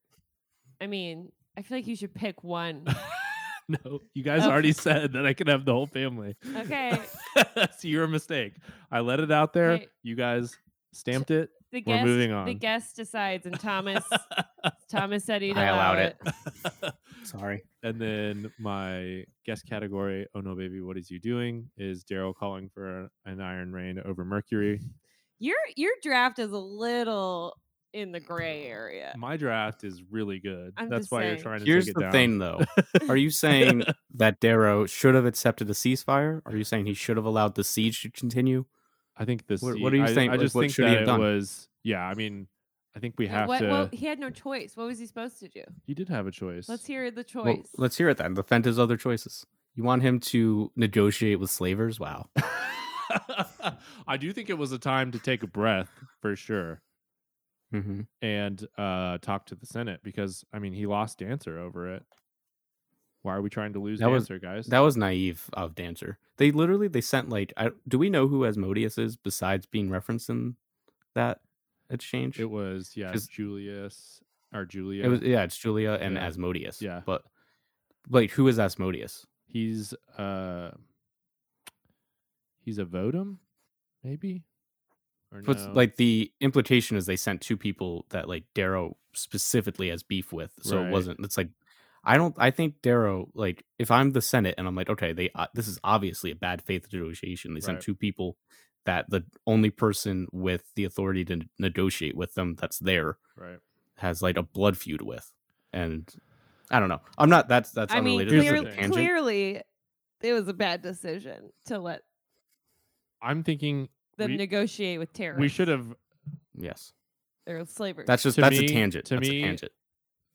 Speaker 2: I mean, I feel like you should pick one.
Speaker 1: no, you guys
Speaker 2: Okay.
Speaker 1: already said that I could have the whole family.
Speaker 2: Okay.
Speaker 1: That's your mistake. I let it out there.
Speaker 2: Hey.
Speaker 1: You guys stamped it.
Speaker 2: The
Speaker 1: We're
Speaker 2: guest.
Speaker 1: moving
Speaker 2: The
Speaker 1: on.
Speaker 2: guest decides, and Thomas. Thomas said uh, he'd
Speaker 3: I
Speaker 2: allow
Speaker 3: allowed
Speaker 2: it.
Speaker 3: it. Sorry.
Speaker 1: and then my guest category, Oh No Baby, What Is You Doing? is Daryl calling for an iron rain over Mercury.
Speaker 2: Your your draft is a little in the
Speaker 3: Mm,
Speaker 2: gray area.
Speaker 1: My draft is really good.
Speaker 2: Uh, I'm
Speaker 1: That's
Speaker 2: just
Speaker 1: why
Speaker 2: saying.
Speaker 1: you're trying to
Speaker 3: Here's
Speaker 1: take it
Speaker 3: the
Speaker 1: down.
Speaker 3: thing, though. Are you saying that Darrow should have accepted a ceasefire? Are you saying he should have allowed the siege to continue?
Speaker 1: I think this.
Speaker 3: What- what are you
Speaker 1: I,
Speaker 3: saying?
Speaker 1: I
Speaker 3: Like,
Speaker 1: just
Speaker 3: what
Speaker 1: think
Speaker 3: should he
Speaker 1: that
Speaker 3: have
Speaker 1: it
Speaker 3: done?
Speaker 1: was. Yeah, I mean, I think we have
Speaker 2: what,
Speaker 1: to.
Speaker 2: well, he had no choice. What was he supposed to do?
Speaker 1: you did have a choice.
Speaker 2: Let's hear the choice.
Speaker 3: Well, let's hear it then. Defend his other choices. You want him to negotiate with slavers? Wow.
Speaker 1: I do think it was a time to take a breath for sure Mm-hmm.
Speaker 3: hmm
Speaker 1: and uh talk to the Senate because I mean he lost Dancer over it. Why are we trying to lose
Speaker 3: That was-
Speaker 1: Dancer, guys?
Speaker 3: That was naive of Dancer. They literally they sent like. I, do we know who Asmodeus is besides being referenced in that exchange?
Speaker 1: it was yeah,
Speaker 3: 'Cause-
Speaker 1: Julius or Julia.
Speaker 3: It was yeah, it's Julia and
Speaker 1: Yeah.
Speaker 3: Asmodeus.
Speaker 1: Yeah.
Speaker 3: but like, who is Asmodeus?
Speaker 1: he's uh he's a votum, maybe? Or
Speaker 3: But
Speaker 1: no?
Speaker 3: like the implication is they sent two people that like Darrow specifically has beef with, so
Speaker 1: Right.
Speaker 3: it wasn't. It's like I don't. I think Darrow like if I'm the Senate and I'm like, okay, they uh, this is obviously a bad faith negotiation. They sent
Speaker 1: Right.
Speaker 3: two people that the only person with the authority to negotiate with them that's there
Speaker 1: right.
Speaker 3: has like a blood feud with, and I don't know. I'm not. That's that's
Speaker 2: I mean,
Speaker 3: unrelated. This is a
Speaker 1: clear-
Speaker 2: clearly,
Speaker 3: tangent.
Speaker 2: clearly, it was a bad decision to let
Speaker 1: I'm thinking
Speaker 2: them
Speaker 1: We-
Speaker 2: negotiate with terrorists.
Speaker 1: we should have
Speaker 3: yes,
Speaker 2: Or slavers.
Speaker 3: that's just
Speaker 1: To
Speaker 3: that's
Speaker 1: me-
Speaker 3: a tangent.
Speaker 1: to
Speaker 3: that's
Speaker 1: me,
Speaker 3: a tangent.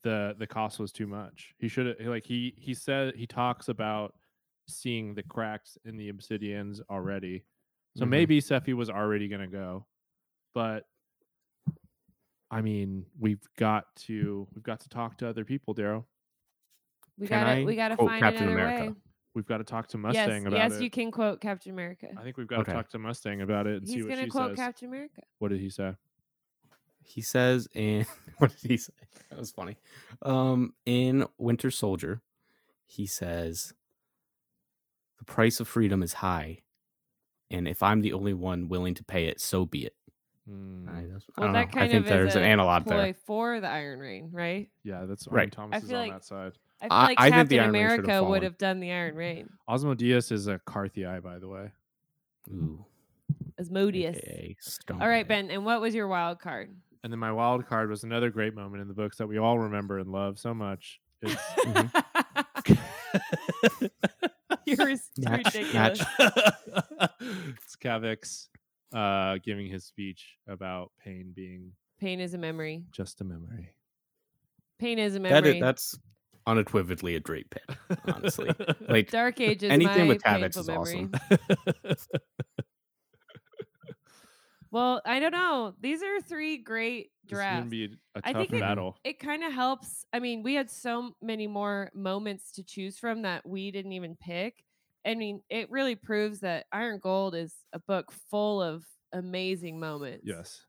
Speaker 1: the the cost was too much. He should have like he he said he talks about seeing the cracks in the obsidians already. So
Speaker 2: Mm-hmm.
Speaker 3: Mhm.
Speaker 1: maybe Sephi was already gonna go, but I mean we've got to we've got to talk to other people, Daryl.
Speaker 2: we
Speaker 3: can
Speaker 2: gotta
Speaker 3: I
Speaker 2: we gotta
Speaker 3: quote
Speaker 2: find
Speaker 3: Captain
Speaker 2: another
Speaker 3: America?
Speaker 2: way.
Speaker 1: We've got to talk to Mustang
Speaker 2: yes,
Speaker 1: about
Speaker 2: yes,
Speaker 1: it.
Speaker 2: you can quote Captain America.
Speaker 1: I think we've got
Speaker 3: Okay.
Speaker 1: to talk to Mustang about it and see
Speaker 2: He's
Speaker 1: what
Speaker 2: gonna
Speaker 1: she
Speaker 2: quote
Speaker 1: says.
Speaker 2: Captain America.
Speaker 1: what did he say?
Speaker 3: he says in what did he say that was funny um in winter soldier he says the price of freedom is high and if i'm the only one willing to pay it so be it
Speaker 1: Hmm,
Speaker 3: I, that's- I
Speaker 2: Well,
Speaker 3: don't
Speaker 2: that
Speaker 3: know.
Speaker 2: kind
Speaker 3: I think
Speaker 2: of is
Speaker 3: there's an
Speaker 2: a
Speaker 3: analog
Speaker 2: ploy
Speaker 3: there
Speaker 2: for the Iron Rain, right?
Speaker 1: yeah, that's right.
Speaker 3: Right.
Speaker 1: Thomas is
Speaker 2: feel
Speaker 1: on
Speaker 2: like-
Speaker 1: that side.
Speaker 2: I feel
Speaker 3: I-
Speaker 2: like
Speaker 3: I
Speaker 2: Captain
Speaker 3: think the Iron Rain should have
Speaker 2: America would
Speaker 3: fallen.
Speaker 2: have done the Iron Rain.
Speaker 1: Osmodeus is a Carthii, by the way.
Speaker 3: Ooh,
Speaker 2: Asmodeus.
Speaker 3: AKA
Speaker 2: All right,
Speaker 3: Stonehead.
Speaker 2: Ben. And what was your wild card?
Speaker 1: And then my wild card was another great moment in the books that we all remember and love so much. It's
Speaker 3: mm-hmm.
Speaker 2: You're s-
Speaker 3: Natch,
Speaker 2: ridiculous.
Speaker 3: natch.
Speaker 1: it's Kavix uh, giving his speech about pain being
Speaker 2: Pain is a memory.
Speaker 1: just a memory.
Speaker 2: Pain is a
Speaker 3: That
Speaker 2: memory.
Speaker 3: is, that's unequivocally a great pick honestly like
Speaker 2: Dark Age is
Speaker 3: anything
Speaker 2: my
Speaker 3: with Kavix
Speaker 2: painful
Speaker 3: is
Speaker 2: memory.
Speaker 3: awesome.
Speaker 2: Well, I don't know. These are three great
Speaker 1: This is gonna
Speaker 2: drafts.
Speaker 1: be a
Speaker 2: I
Speaker 1: tough
Speaker 2: think it-
Speaker 1: battle.
Speaker 2: it kind of helps. I mean, we had so many more moments to choose from that we didn't even pick. I mean, it really proves that Iron Gold is a book full of amazing moments.
Speaker 1: Yes.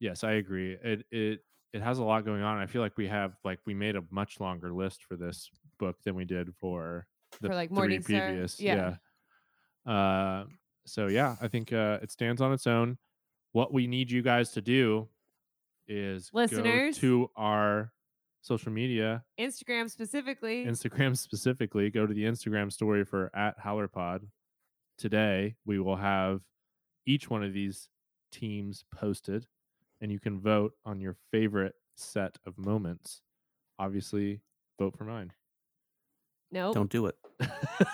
Speaker 1: Yes, I agree. It it it has a lot going on. I feel like we have like we made a much longer list for this book than we did for the
Speaker 2: For, like,
Speaker 1: three
Speaker 2: Morningstar?
Speaker 1: previous.
Speaker 2: Yeah.
Speaker 1: yeah. Uh, so yeah, I think uh, it stands on its own. What we need you guys to do is go
Speaker 2: Listeners?
Speaker 1: to our social media,
Speaker 2: Instagram specifically.
Speaker 1: Instagram specifically. Go to the Instagram story for at HowlerPod. Today we will have each one of these teams posted, and you can vote on your favorite set of moments. Obviously, vote for mine.
Speaker 2: nope.
Speaker 3: Don't do it.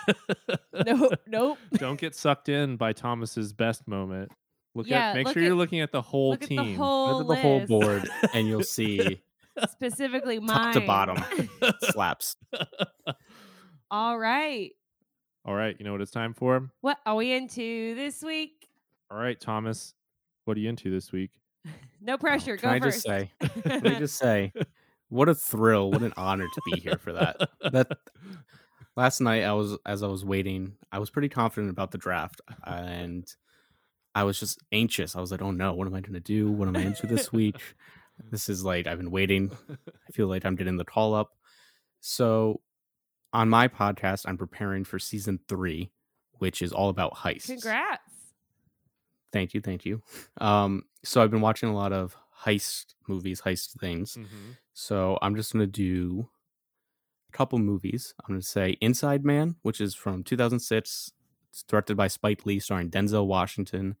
Speaker 2: nope. Nope.
Speaker 1: Don't get sucked in by Thomas's best moment. Look
Speaker 2: Yeah,
Speaker 1: at make
Speaker 2: look
Speaker 1: sure you're
Speaker 2: at-
Speaker 1: looking at the whole
Speaker 2: look at the
Speaker 1: team.
Speaker 2: whole
Speaker 3: Look at the whole
Speaker 2: list.
Speaker 3: board, and you'll see
Speaker 2: Specifically mine.
Speaker 3: top to bottom slaps.
Speaker 2: All right.
Speaker 1: All right, you know what it's time for?
Speaker 2: What are we into this week?
Speaker 1: All right, Thomas, what are you into this week?
Speaker 2: No pressure.
Speaker 3: Oh, Can
Speaker 2: Go
Speaker 3: I
Speaker 2: first.
Speaker 3: just say? Can I just say? What a thrill! What an honor to be here for that. That last night i was as i was waiting i was pretty confident about the draft and i was just anxious i was like oh no what am i going to do what am i into this week this is like i've been waiting i feel like i'm getting the call up so on my podcast i'm preparing for season three which is all about heists
Speaker 2: Congrats.
Speaker 3: thank you thank you um so i've been watching a lot of heist movies heist things
Speaker 1: Mhm.
Speaker 3: so I'm just going to do a couple movies. I'm going to say Inside Man, which is from 2006. It's directed by Spike Lee, starring Denzel Washington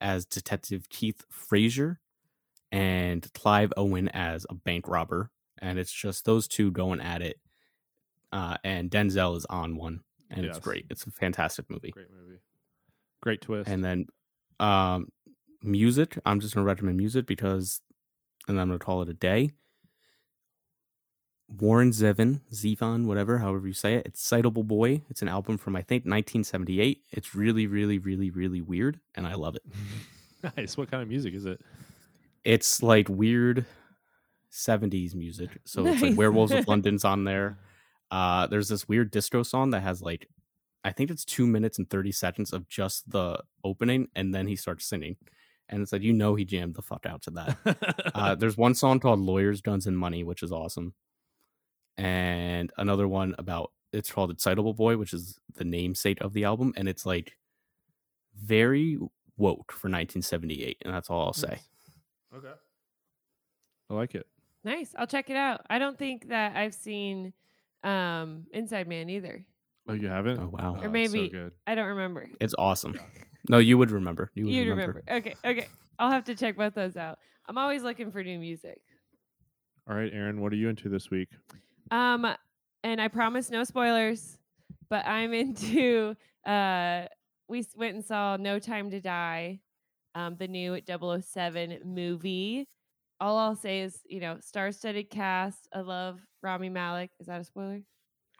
Speaker 3: as Detective Keith Frazier and Clive Owen as a bank robber. And it's just those two going at it. Uh, and Denzel is on one. And
Speaker 1: Yes.
Speaker 3: it's great. It's a fantastic movie.
Speaker 1: Great movie. Great twist.
Speaker 3: And then um, music. I'm just going to recommend music because, and I'm going to call it a day. Warren Zevon, Zevon, whatever, however you say it. It's Citable Boy. It's an album from, I think, 1978. It's really, really, really, really weird, and I love it.
Speaker 1: nice. What kind of music is it?
Speaker 3: It's like weird 70s music. So it's
Speaker 2: Nice.
Speaker 3: like Werewolves of London's on there. Uh, there's this weird disco song that has like, I think it's two minutes and 30 seconds of just the opening, and then he starts singing. And it's like, you know, he jammed the fuck out to that. uh, there's one song called Lawyers, Guns, and Money, which is awesome. And another one about it's called Excitable Boy, which is the namesake of the album. And it's like very woke for 1978. And that's all I'll say.
Speaker 1: Nice. okay. I like it.
Speaker 2: Nice. I'll check it out. I don't think that I've seen um Inside Man either.
Speaker 1: Oh, you haven't?
Speaker 3: Oh, wow.
Speaker 1: it's so
Speaker 2: maybe-
Speaker 1: good.
Speaker 2: I don't remember.
Speaker 3: It's awesome. No, you would remember. You would
Speaker 2: You
Speaker 3: remember.
Speaker 2: remember. Okay. Okay. I'll have to check both those out. I'm always looking for new music.
Speaker 1: All right, Aaron, what are you into this week?
Speaker 2: Um, and I promise no spoilers, but I'm into uh we s- went and saw No Time to Die, um, the new 007 movie. All I'll say is, you know, star-studded cast. I love Rami Malik. Is that a spoiler?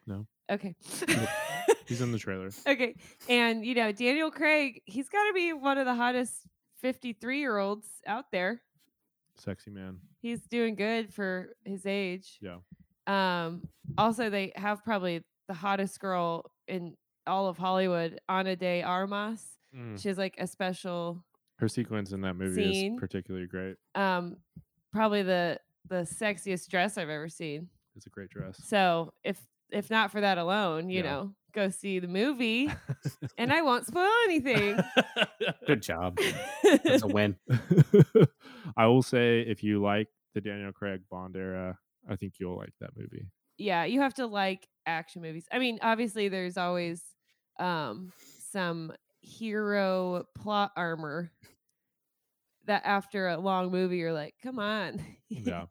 Speaker 1: No.
Speaker 2: Okay.
Speaker 1: He's in the trailer.
Speaker 2: okay. And you know, Daniel Craig, he's got to be one of the hottest 53-year-olds out there.
Speaker 1: Sexy man.
Speaker 2: He's doing good for his age.
Speaker 1: Yeah.
Speaker 2: Um, also, they have probably the hottest girl in all of Hollywood, Ana de Armas.
Speaker 3: Hmm.
Speaker 2: She has like a special,
Speaker 1: Her sequence in that movie
Speaker 2: Scene.
Speaker 1: is particularly great.
Speaker 2: um, probably the the sexiest dress I've ever seen.
Speaker 1: It's a great dress.
Speaker 2: So if if not for that alone, you
Speaker 1: Yeah.
Speaker 2: know, go see the movie, and I won't spoil anything.
Speaker 3: Good job. That's a win.
Speaker 1: I will say, if you like the Daniel Craig Bond era, I think you'll like that movie.
Speaker 2: yeah, you have to like action movies. I mean, obviously, there's always um, some hero plot armor that after a long movie, you're like, come on.
Speaker 1: Yeah.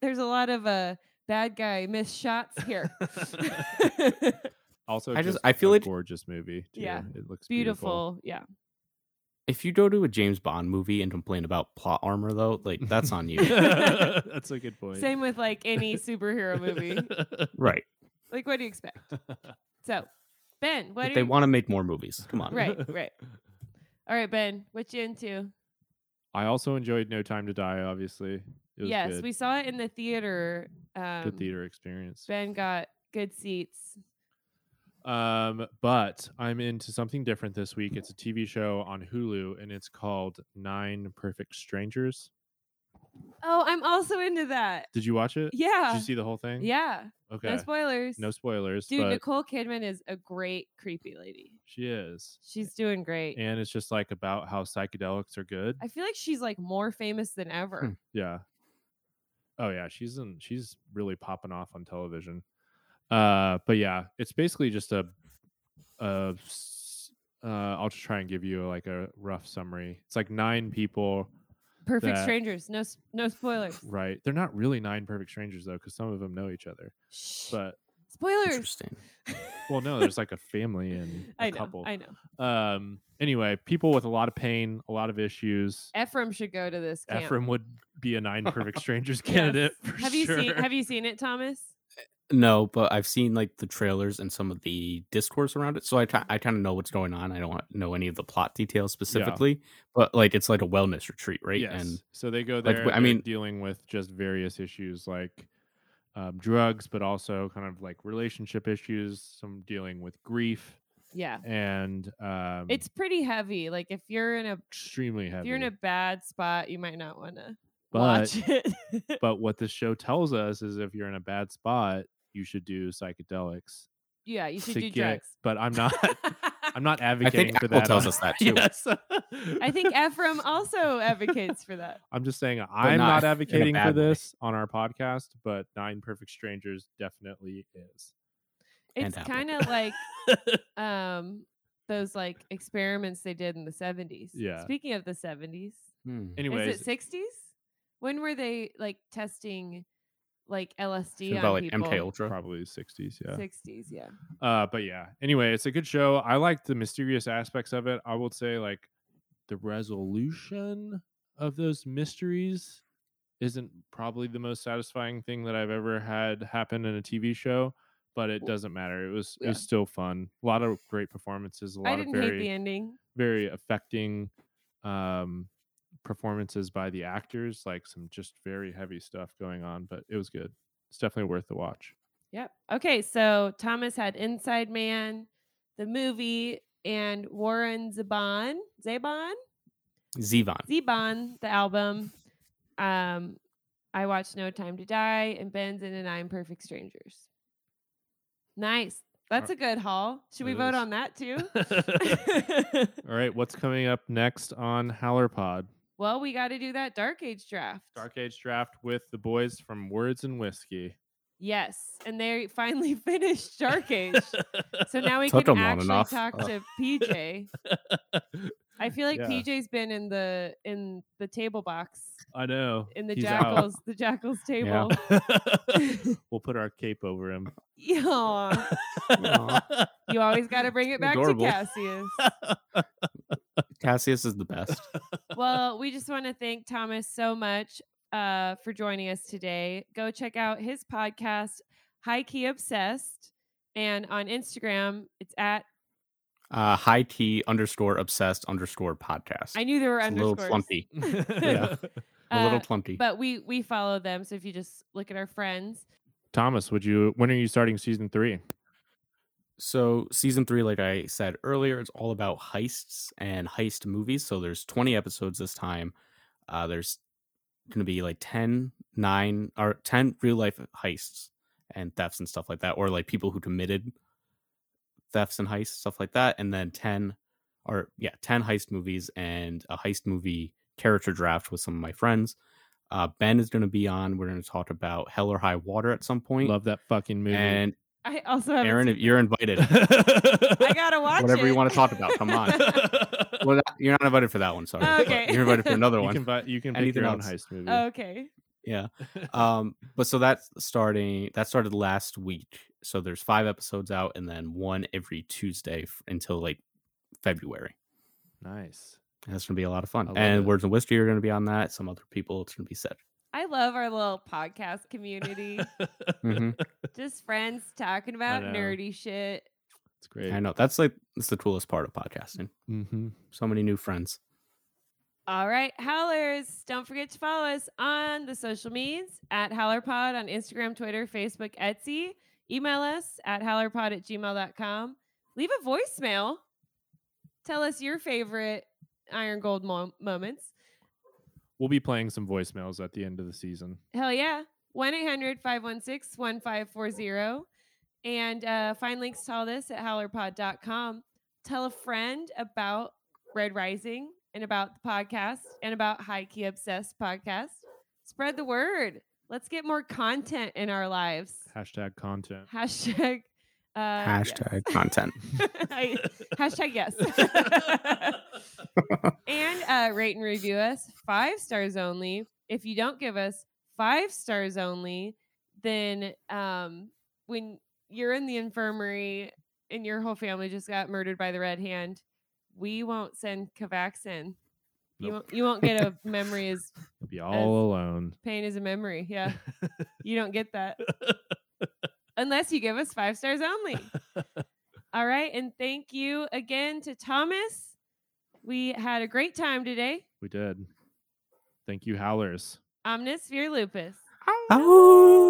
Speaker 2: there's a lot of uh, bad guy missed shots here.
Speaker 1: Also,
Speaker 3: I just- I feel
Speaker 1: a
Speaker 3: it-
Speaker 1: gorgeous movie. Too.
Speaker 2: Yeah.
Speaker 1: it looks beautiful.
Speaker 2: Beautiful. Yeah.
Speaker 3: If you go to a James Bond movie and complain about plot armor, though, like that's on you.
Speaker 1: That's a good point.
Speaker 2: Same with like any superhero movie.
Speaker 3: right.
Speaker 2: like, what do you expect? So, Ben, what
Speaker 3: If
Speaker 2: are
Speaker 3: they
Speaker 2: you-
Speaker 3: want to make more movies. Come on.
Speaker 2: Right, right. All right, Ben, what you into?
Speaker 1: I also enjoyed No Time to Die. Obviously, it was
Speaker 2: yes,
Speaker 1: good.
Speaker 2: we saw it in the theater. Um,
Speaker 1: good theater experience.
Speaker 2: Ben got good seats.
Speaker 1: Um, but I'm into something different this week. It's a TV show on Hulu, and it's called Nine Perfect Strangers.
Speaker 2: Oh, I'm also into that.
Speaker 1: Did you watch it? Did
Speaker 2: Yeah.
Speaker 1: you see the whole thing?
Speaker 2: Yeah.
Speaker 1: Okay.
Speaker 2: No spoilers.
Speaker 1: No spoilers.
Speaker 2: Dude,
Speaker 1: but
Speaker 2: Nicole Kidman is a great creepy lady.
Speaker 1: she is,
Speaker 2: She's doing great.
Speaker 1: and it's just like about how psychedelics are good.
Speaker 2: I feel like she's like more famous than ever.
Speaker 1: Yeah. Oh yeah, she's in she's really popping off on television. Uh but yeah, it's basically just a uh uh I'll just try and give you like a rough summary. It's like nine people,
Speaker 2: Perfect
Speaker 1: That-
Speaker 2: strangers. No s- no spoilers.
Speaker 1: right? They're not really nine perfect strangers though cuz some of them know each other.
Speaker 2: Shh.
Speaker 1: But
Speaker 2: spoilers.
Speaker 3: Interesting.
Speaker 1: well, no, there's like a family and a
Speaker 2: I know.
Speaker 1: couple.
Speaker 2: I know.
Speaker 1: Um anyway, people with a lot of pain, a lot of issues.
Speaker 2: Ephraim should go to this camp.
Speaker 1: Ephraim would be a nine perfect strangers candidate
Speaker 2: Yes.
Speaker 1: for
Speaker 2: have you
Speaker 1: sure.
Speaker 2: seen Have you seen it, Thomas?
Speaker 3: No, but I've seen like the trailers and some of the discourse around it, so I ki- I kind of know what's going on. I don't want- know any of the plot details specifically, but like it's like a wellness retreat, right?
Speaker 1: Yes.
Speaker 3: And
Speaker 1: so they go
Speaker 3: like,
Speaker 1: there.
Speaker 3: w- I
Speaker 1: I mean,
Speaker 3: mean-
Speaker 1: dealing with just various issues like um, drugs, but also kind of like relationship issues. Some dealing with grief,
Speaker 2: Yeah.
Speaker 1: and um,
Speaker 2: It's pretty heavy. Like if you're in a
Speaker 1: extremely
Speaker 2: if
Speaker 1: heavy.
Speaker 2: you're in a bad spot, you might not want to
Speaker 1: but
Speaker 2: watch it.
Speaker 1: but what this show tells us is if you're in a bad spot, you should do psychedelics.
Speaker 2: yeah, you should
Speaker 1: to
Speaker 2: do
Speaker 1: get-
Speaker 2: drugs.
Speaker 1: But I'm not. I'm not
Speaker 3: I
Speaker 1: advocating
Speaker 3: think
Speaker 1: for
Speaker 3: Apple
Speaker 1: that.
Speaker 3: tells
Speaker 1: on-
Speaker 3: us that too.
Speaker 1: yes.
Speaker 2: I think Ephraim also advocates for that.
Speaker 1: I'm just saying I'm
Speaker 3: not
Speaker 1: not
Speaker 3: in a
Speaker 1: advocating for
Speaker 3: bad way.
Speaker 1: this on our podcast, but Nine Perfect Strangers definitely is.
Speaker 2: It's
Speaker 3: Apple.
Speaker 2: kind of like um those like experiments they did in the 70s.
Speaker 1: Yeah.
Speaker 2: Speaking of the 70s,
Speaker 3: Hmm.
Speaker 1: Anyways,
Speaker 2: is it 60s? When were they like testing like LSD
Speaker 3: It's
Speaker 2: on
Speaker 3: about like
Speaker 2: people?
Speaker 3: MK Ultra.
Speaker 1: probably 60s yeah
Speaker 2: 60s, yeah.
Speaker 1: uh but yeah anyway it's a good show i like the mysterious aspects of it i would say like the resolution of those mysteries isn't probably the most satisfying thing that i've ever had happen in a tv show but it doesn't matter it was it
Speaker 2: Yeah.
Speaker 1: was still fun a lot of great performances a lot
Speaker 2: I didn't
Speaker 1: of
Speaker 2: hate
Speaker 1: very
Speaker 2: the ending.
Speaker 1: very affecting um performances by the actors like some just very heavy stuff going on but it was good it's definitely worth the watch
Speaker 2: Yep. Okay, so Thomas had Inside Man, the movie, and Warren Zevon, Zevon,
Speaker 3: Zevon.
Speaker 2: Zebon, the album. Um, I watched No Time to Die, and Ben's in and I'm Perfect Strangers. Nice. That's a good haul. Should we
Speaker 1: Uh, It
Speaker 2: vote
Speaker 1: is.
Speaker 2: on that too?
Speaker 1: All right, what's coming up next on Howlerpod?
Speaker 2: well, we got to do that Dark Age draft.
Speaker 1: Dark Age Draft with the boys from Words and Whiskey.
Speaker 2: Yes, and they finally finished Dark Age, so now we
Speaker 3: Took
Speaker 2: can
Speaker 3: 'em on
Speaker 2: actually
Speaker 3: and off.
Speaker 2: talk
Speaker 3: Uh.
Speaker 2: to PJ. I feel like
Speaker 1: Yeah.
Speaker 2: PJ's been in the in the table box
Speaker 1: I know.
Speaker 2: in the
Speaker 1: he's out.
Speaker 2: jackals the jackals table.
Speaker 1: we'll put our cape over him.
Speaker 2: Yeah.
Speaker 3: Aw.
Speaker 2: You always got to bring it back
Speaker 3: Adorable.
Speaker 2: to Cassius.
Speaker 3: Cassius is the best.
Speaker 2: well, we just want to thank Thomas so much uh, for joining us today. Go check out his podcast, High Key Obsessed. And on Instagram, it's at,
Speaker 3: Uh, high T underscore obsessed underscore podcast.
Speaker 2: I knew there were
Speaker 3: It's a little
Speaker 2: underscores.
Speaker 3: plumpy.
Speaker 1: Yeah.
Speaker 3: A little
Speaker 2: Uh,
Speaker 3: plumpy.
Speaker 2: But we we follow them. So if you just look at our friends,
Speaker 1: Thomas, would you when are you starting season 3?
Speaker 3: So, season three, like I said earlier, it's all about heists and heist movies. So, there's 20 episodes this time. Uh, there's going to be like 10, 9, or 10 real life heists and thefts and stuff like that, or like people who committed thefts and heists, stuff like that. And then 10, or yeah, 10 heist movies and a heist movie character draft with some of my friends. Uh, ben is going to be on. We're going to talk about Hell or High Water at some point.
Speaker 1: Love that fucking movie.
Speaker 3: and
Speaker 2: I also have.
Speaker 3: Aaron, if you're invited.
Speaker 2: I got to watch
Speaker 3: whatever you
Speaker 2: it.
Speaker 3: wanna talk about, come on. well, that- you're not invited for that one. Sorry, but
Speaker 2: Okay.
Speaker 3: you're invited for another
Speaker 1: Oh, you
Speaker 3: one.
Speaker 1: can buy, you can pick
Speaker 3: Anything
Speaker 1: your own
Speaker 3: else?
Speaker 1: heist movie.
Speaker 2: okay.
Speaker 3: yeah. Um. But so that's starting. That started last week. So there's five episodes out, and then one every Tuesday f- until like February.
Speaker 1: nice.
Speaker 3: And it's gonna be a lot of
Speaker 1: I
Speaker 3: fun.
Speaker 1: love
Speaker 3: And
Speaker 1: it.
Speaker 3: Words and Whiskey are gonna be on that. Some other people, it's gonna be said.
Speaker 2: I love our little podcast community.
Speaker 1: Mm-hmm.
Speaker 3: Mhm.
Speaker 2: just friends talking about
Speaker 1: know.
Speaker 2: nerdy shit.
Speaker 1: It's great.
Speaker 3: I know that's like that's the coolest part of podcasting.
Speaker 1: Mhm.
Speaker 3: So many new friends.
Speaker 2: All right, Howlers, don't forget to follow us on the social medias at HowlerPod on Instagram, Twitter, Facebook, Etsy. Email us at howlerpod at gmail.com. Leave a voicemail. Tell us your favorite Iron Gold mo- moments.
Speaker 1: We'll be playing some voicemails at the end of the season.
Speaker 2: Hell yeah. 1 800 516 1540. And uh, find links to all this at howlerpod.com. Tell a friend about Red Rising and about the podcast and about High Key Obsessed podcast. Spread the word. Let's get more content in our lives.
Speaker 1: Hashtag content.
Speaker 2: Hashtag. Uh, yes.
Speaker 3: Hashtag content.
Speaker 2: I- hashtag yes. and uh, rate and review us five stars only. If you don't give us five stars only, then um, when you're in the infirmary and your whole family just got murdered by the red hand, we won't send Cavaxin. You,
Speaker 1: Nope.
Speaker 2: won't, you won't get a memory as
Speaker 1: You'll be all alone.
Speaker 2: pain as a memory. Yeah. You don't get that. Unless you give us five stars only. All right. And thank you again to Thomas. We had a great time today.
Speaker 1: we did. Thank you, Howlers.
Speaker 2: Omnis, fear lupus.
Speaker 3: Oh.